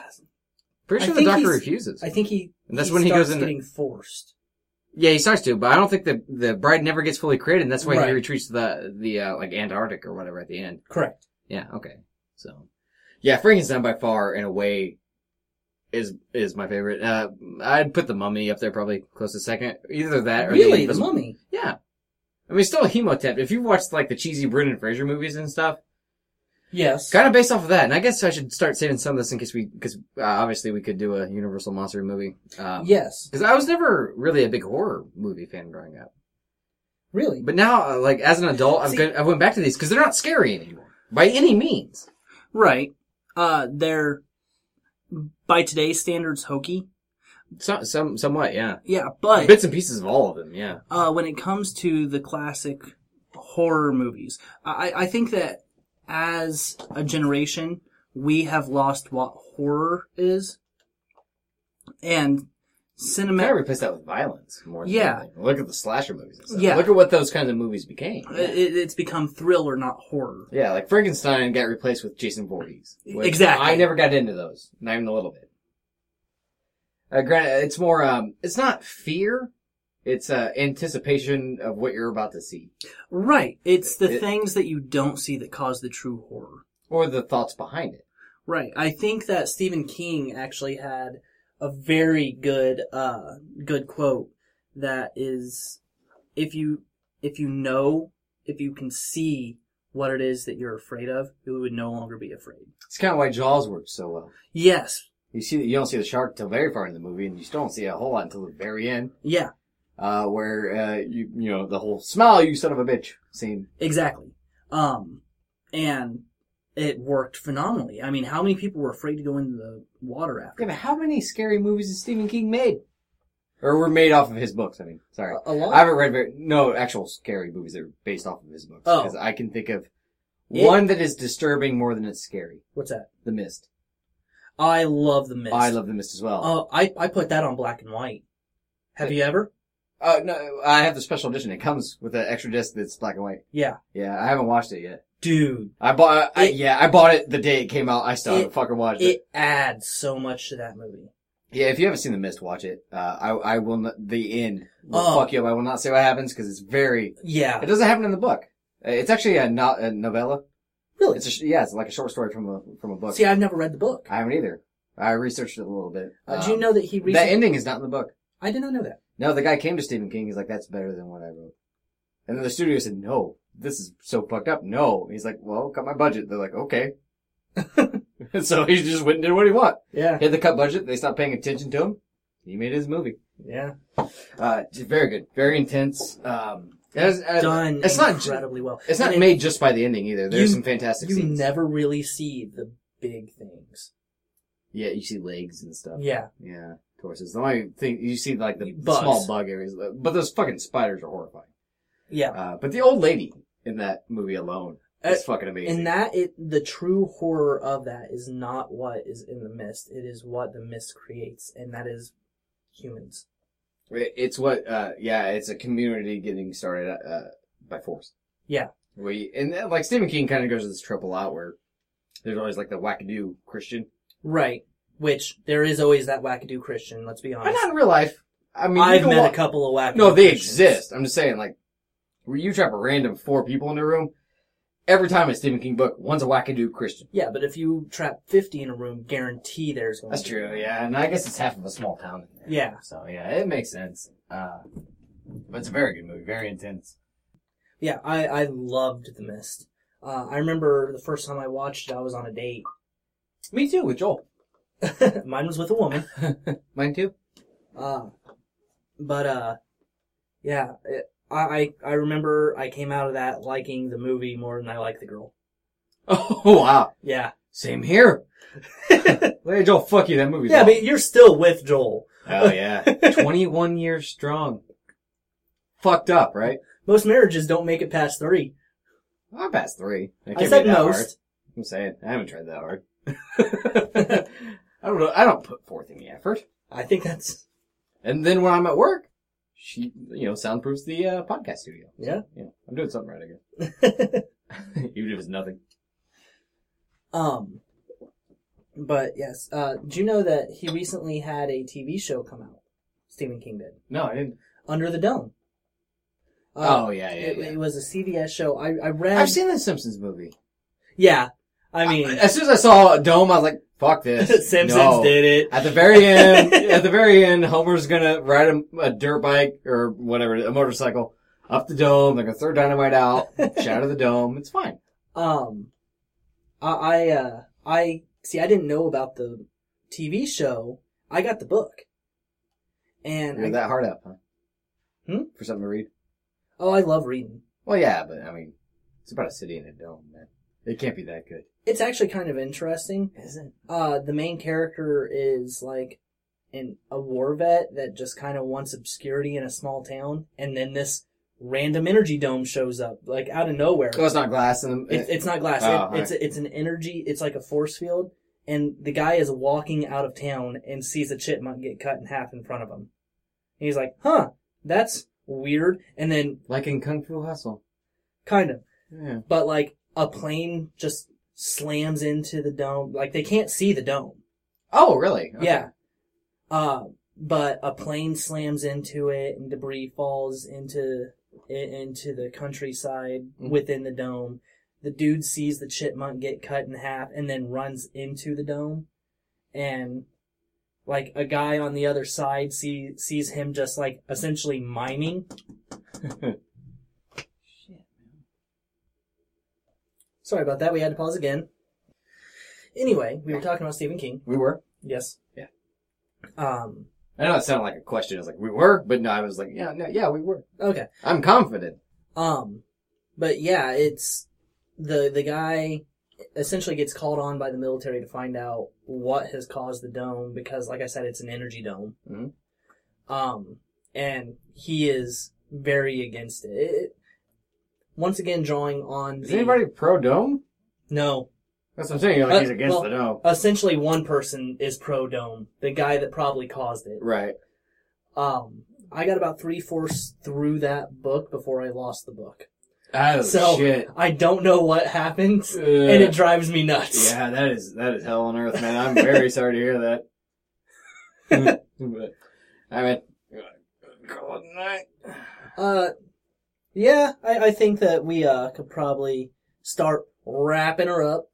Speaker 2: Pretty
Speaker 4: I
Speaker 2: sure the
Speaker 4: think
Speaker 2: doctor
Speaker 4: he's-
Speaker 2: refuses.
Speaker 4: I think he.
Speaker 2: And that's when he
Speaker 4: starts
Speaker 2: goes into-
Speaker 4: getting forced.
Speaker 2: yeah, he starts to, but I don't think the the bride never gets fully created, and that's why he
Speaker 4: Right.
Speaker 2: retreats to the the uh, like Antarctic or whatever at the end.
Speaker 4: Correct.
Speaker 2: Yeah, okay. So, yeah, Frankenstein by far, in a way, is is my favorite. Uh, I'd put the Mummy up there probably close to second. Either that or the,
Speaker 4: Really, the
Speaker 2: Invisible-
Speaker 4: mummy.
Speaker 2: Yeah. I mean, still Hemotep. If you've watched like the cheesy Brendan Fraser movies and stuff,
Speaker 4: Yes.
Speaker 2: kind of based off of that. And I guess I should start saving some of this in case we, because uh, obviously we could do a Universal monster movie. Because
Speaker 4: yes.
Speaker 2: I was never really a big horror movie fan growing up,
Speaker 4: Really.
Speaker 2: but now, uh, like as an adult, I've
Speaker 4: See-
Speaker 2: gone, I went back to these because they're not scary anymore by any means.
Speaker 1: Right. Uh, they're by today's standards hokey,
Speaker 2: Some, some, somewhat, yeah.
Speaker 1: Yeah, but
Speaker 2: Bits and pieces of all of them, yeah.
Speaker 1: uh, when it comes to the classic horror movies, I, I think that as a generation, we have lost what horror is, and
Speaker 2: Kind
Speaker 1: cinema.
Speaker 2: of replaced that with violence more. Than
Speaker 1: Yeah.
Speaker 2: anything. Look at the slasher movies. And stuff.
Speaker 1: Yeah.
Speaker 2: Look at what those kinds of movies became.
Speaker 1: It, it's become thriller, not horror.
Speaker 2: Yeah, like Frankenstein got replaced with Jason Voorhees. which
Speaker 1: Exactly.
Speaker 2: I never got into those, not even a little bit. Uh, granted, it's more, um, it's not fear, it's uh, anticipation of what you're about to see,
Speaker 1: Right. It's the
Speaker 2: It-
Speaker 1: things that you don't see that cause the true horror.
Speaker 2: or the thoughts behind it.
Speaker 1: Right. I think that Stephen King actually had a very good uh good quote that is if you if you know if you can see what it is that you're afraid of, you would no longer be afraid.
Speaker 2: It's kind of why Jaws works so well.
Speaker 1: Yes.
Speaker 2: You see, you don't see the shark till very far in the movie, and you still don't see a whole lot until the very end,
Speaker 1: Yeah,
Speaker 2: uh, where uh, you you know the whole "smile, you son of a bitch" scene.
Speaker 1: exactly. Um and it worked phenomenally. I mean, how many people were afraid to go into the water after?
Speaker 2: Yeah, but how many scary movies has Stephen King made? Or were made off of his books, I mean. Sorry.
Speaker 1: A- a lot.
Speaker 2: I haven't read very, no actual scary movies that are based off of his books.
Speaker 1: Oh.
Speaker 2: Because I can think of
Speaker 1: It-
Speaker 2: one that is disturbing more than it's scary.
Speaker 1: What's that?
Speaker 2: The Mist.
Speaker 1: I love the mist.
Speaker 2: I love The Mist as well.
Speaker 1: Oh, I I put that on black and white. Have you ever?
Speaker 2: Oh, no, I have the special edition. It comes with an extra disc that's black and white.
Speaker 1: Yeah.
Speaker 2: Yeah, I haven't watched it yet.
Speaker 1: Dude,
Speaker 2: I bought, I,
Speaker 1: It-
Speaker 2: yeah, I bought it the day it came out. I still
Speaker 1: It-
Speaker 2: haven't fucking watched it.
Speaker 1: it adds so much to that movie.
Speaker 2: Yeah, if you haven't seen The Mist, watch it. Uh, I, I will not, the end will
Speaker 1: Oh.
Speaker 2: fuck you up. I will not say what happens because it's very,
Speaker 1: Yeah,
Speaker 2: It doesn't happen in the book. Uh, It's actually a, no- a novella.
Speaker 1: really.
Speaker 2: It's a, sh- yeah, it's like a short story from a from a book.
Speaker 1: See, I've never read the book.
Speaker 2: I haven't either. I researched it a little bit.
Speaker 1: Uh, do you
Speaker 2: Um,
Speaker 1: know that he
Speaker 2: that
Speaker 1: recently?
Speaker 2: ending is not in the book?
Speaker 1: I did not know that.
Speaker 2: No, the guy came to Stephen King. He's like, "That's better than what I wrote." And then the studio said, "No, this is so fucked up." No, he's like, "Well, cut my budget." They're like, "Okay." And so he just went and did what he want.
Speaker 1: Yeah,
Speaker 2: Hit the cut budget. They stopped paying attention to him. He made his movie.
Speaker 1: yeah.
Speaker 2: Uh, just very good, very intense. Um, as- as-
Speaker 1: Done
Speaker 2: It's not ju-
Speaker 1: incredibly well.
Speaker 2: It's not
Speaker 1: And it-
Speaker 2: made just by the ending either. There's
Speaker 1: You-
Speaker 2: some fantastic
Speaker 1: You
Speaker 2: scenes.
Speaker 1: never really see the big things.
Speaker 2: yeah, you see legs and stuff.
Speaker 1: Yeah,
Speaker 2: Yeah, torsos. The only thing you see like the
Speaker 1: Bugs.
Speaker 2: small bug areas, but those fucking spiders are horrifying.
Speaker 1: yeah.
Speaker 2: Uh, but the old lady in that movie alone is fucking amazing.
Speaker 1: Uh, And that it the true horror of that is not what is in the mist. It is what the mist creates, and that is humans.
Speaker 2: It- it's what, uh, yeah, it's a community getting started uh, by force.
Speaker 1: Yeah.
Speaker 2: We and uh, like Stephen King kind of goes to this trope a lot where there's always like the wackadoo Christian,
Speaker 1: Right. Which there is always that wackadoo Christian. Let's be
Speaker 2: but
Speaker 1: honest.
Speaker 2: not in real life. I mean, you
Speaker 1: I've
Speaker 2: can
Speaker 1: met
Speaker 2: walk-
Speaker 1: a couple of wackadoo.
Speaker 2: No, they
Speaker 1: Christians.
Speaker 2: exist. I'm just saying, like, where you trap a random four people in a room, every time a Stephen King book, one's a wackadoo Christian.
Speaker 1: Yeah, but if you trap 50 in a room, guarantee there's going
Speaker 2: That's
Speaker 1: to
Speaker 2: true, yeah, and I guess it's half of a small town. In there.
Speaker 1: Yeah.
Speaker 2: So yeah, it makes sense. Uh, but it's a very good movie, very intense.
Speaker 1: Yeah, I, I loved The Mist. Uh, I remember the first time I watched it, I was on a date.
Speaker 2: Me too, with Joel.
Speaker 1: Mine was with a woman.
Speaker 2: Mine too.
Speaker 1: Uh, but, uh, yeah, it, I, I, I remember I came out of that liking the movie more than I liked the girl.
Speaker 2: Oh wow,
Speaker 1: Yeah.
Speaker 2: same here. Hey Joel, fuck you. That movie.
Speaker 1: Yeah, but you're still with Joel.
Speaker 2: oh yeah, twenty-one years strong. Fucked up, right?
Speaker 1: Most marriages don't make it past three.
Speaker 2: I passed three. It
Speaker 1: I
Speaker 2: can't
Speaker 1: said
Speaker 2: be that hard.
Speaker 1: most.
Speaker 2: I'm saying I haven't tried that hard. I don't know. I don't put forth any effort.
Speaker 1: I think that's,
Speaker 2: And then when I'm at work, she, you know, soundproofs the uh, podcast studio.
Speaker 1: yeah.
Speaker 2: Yeah, I'm doing something right, I guess. Even if it's nothing.
Speaker 1: Um, but yes, uh, do you know that he recently had a TV show come out? Stephen King did.
Speaker 2: No, I didn't.
Speaker 1: Under the Dome.
Speaker 2: oh yeah, yeah.
Speaker 1: Uh, it,
Speaker 2: yeah.
Speaker 1: it was a CBS show. I, I read.
Speaker 2: I've seen the Simpsons movie.
Speaker 1: Yeah. I mean,
Speaker 2: As soon as I saw Dome, I was like, "Fuck this."
Speaker 1: Simpsons
Speaker 2: No.
Speaker 1: did it.
Speaker 2: At the very end, at the very end, Homer's gonna ride a, a dirt bike or whatever, a motorcycle up the dome. They're gonna throw dynamite out, shatter the dome. It's fine.
Speaker 1: Um, I, I, uh, I, see, I didn't know about the TV show. I got the book. And,
Speaker 2: You're
Speaker 1: I-
Speaker 2: that hard up, huh?
Speaker 1: Hmm?
Speaker 2: For something to read.
Speaker 1: oh, I love reading.
Speaker 2: Well, yeah, but I mean, it's about a city and a dome, man. It can't be that good,
Speaker 1: It's actually kind of interesting.
Speaker 2: is it?
Speaker 1: Uh, the main character is like an a war vet that just kind of wants obscurity in a small town, and then this random energy dome shows up like out of nowhere.
Speaker 2: Oh, it's not glass in the.
Speaker 1: It, it's not glass.
Speaker 2: Oh,
Speaker 1: it, it's it's an energy. It's like a force field, and the guy is walking out of town and sees a chipmunk get cut in half in front of him. And he's like, "Huh, that's weird." And then
Speaker 2: like in Kung Fu Hustle.
Speaker 1: kind of,
Speaker 2: Yeah.
Speaker 1: but like a plane just slams into the dome. Like they can't see the dome.
Speaker 2: Oh, really? Okay.
Speaker 1: Yeah. Uh, but a plane slams into it and debris falls into i- into the countryside
Speaker 2: Mhm.
Speaker 1: within the dome. The dude sees the chipmunk get cut in half and then runs into the dome and like a guy on the other side see, sees him just like essentially miming. Sorry about that. We had to pause again. Anyway, we were talking about Stephen King.
Speaker 2: We were.
Speaker 1: Yes.
Speaker 2: Yeah.
Speaker 1: Um.
Speaker 2: I know it sounded like a question. I was like, we were, but no, I was like, yeah, no, yeah, we were.
Speaker 1: Okay.
Speaker 2: I'm confident.
Speaker 1: Um. But yeah, it's the the guy essentially gets called on by the military to find out what has caused the dome because, like I said, it's an energy dome.
Speaker 2: Mhm.
Speaker 1: Um. And he is very against it. It- once again, drawing on
Speaker 2: Is
Speaker 1: the
Speaker 2: anybody pro dome?
Speaker 1: no.
Speaker 2: That's what I'm saying. You're like,
Speaker 1: Uh,
Speaker 2: he's against
Speaker 1: well-
Speaker 2: the dome.
Speaker 1: Essentially, one person is pro dome, the guy that probably caused it.
Speaker 2: Right.
Speaker 1: Um, I got about three fourths through that book before I lost the book.
Speaker 2: Oh
Speaker 1: So-
Speaker 2: shit.
Speaker 1: I don't know what happens,
Speaker 2: Ugh.
Speaker 1: and it drives me nuts.
Speaker 2: yeah, that is that is hell on earth, man. I'm very sorry to hear that. but, I mean, good night.
Speaker 1: Uh, yeah, I, I think that we uh could probably start wrapping her up,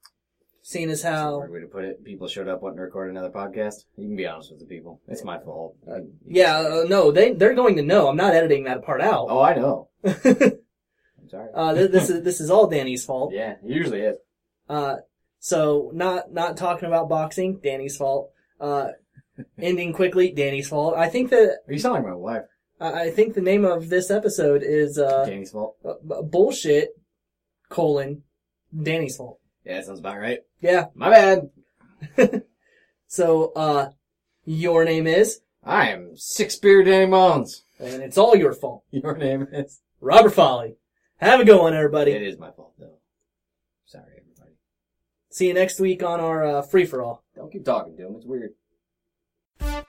Speaker 1: seeing as
Speaker 2: That's a
Speaker 1: how
Speaker 2: weird way to put it. People showed up wanting to record another podcast. You can be honest with the people. It's my fault.
Speaker 1: Uh, yeah uh, no they they're going to know I'm not editing that part out.
Speaker 2: Oh, I know. I'm sorry.
Speaker 1: uh, th- this is this is all Danny's fault.
Speaker 2: yeah, it usually is.
Speaker 1: Uh, so not not talking about boxing, Danny's fault. Uh, ending quickly, Danny's fault. I think that
Speaker 2: You sound like my wife.
Speaker 1: I I think the name of this episode is uh,
Speaker 2: Danny's fault.
Speaker 1: uh, b- bullshit colon Danny's fault.
Speaker 2: Yeah, that sounds about right.
Speaker 1: Yeah.
Speaker 2: My bad.
Speaker 1: So uh, your name is,
Speaker 2: I am six beer Danny Mullins.
Speaker 1: and it's all your fault.
Speaker 2: Your name is.
Speaker 1: Robert Folly. Have a good one,
Speaker 2: It
Speaker 1: everybody.
Speaker 2: is my fault though. Sorry, everybody.
Speaker 1: See you next week on our uh, free for all.
Speaker 2: Don't keep talking to him. It's weird.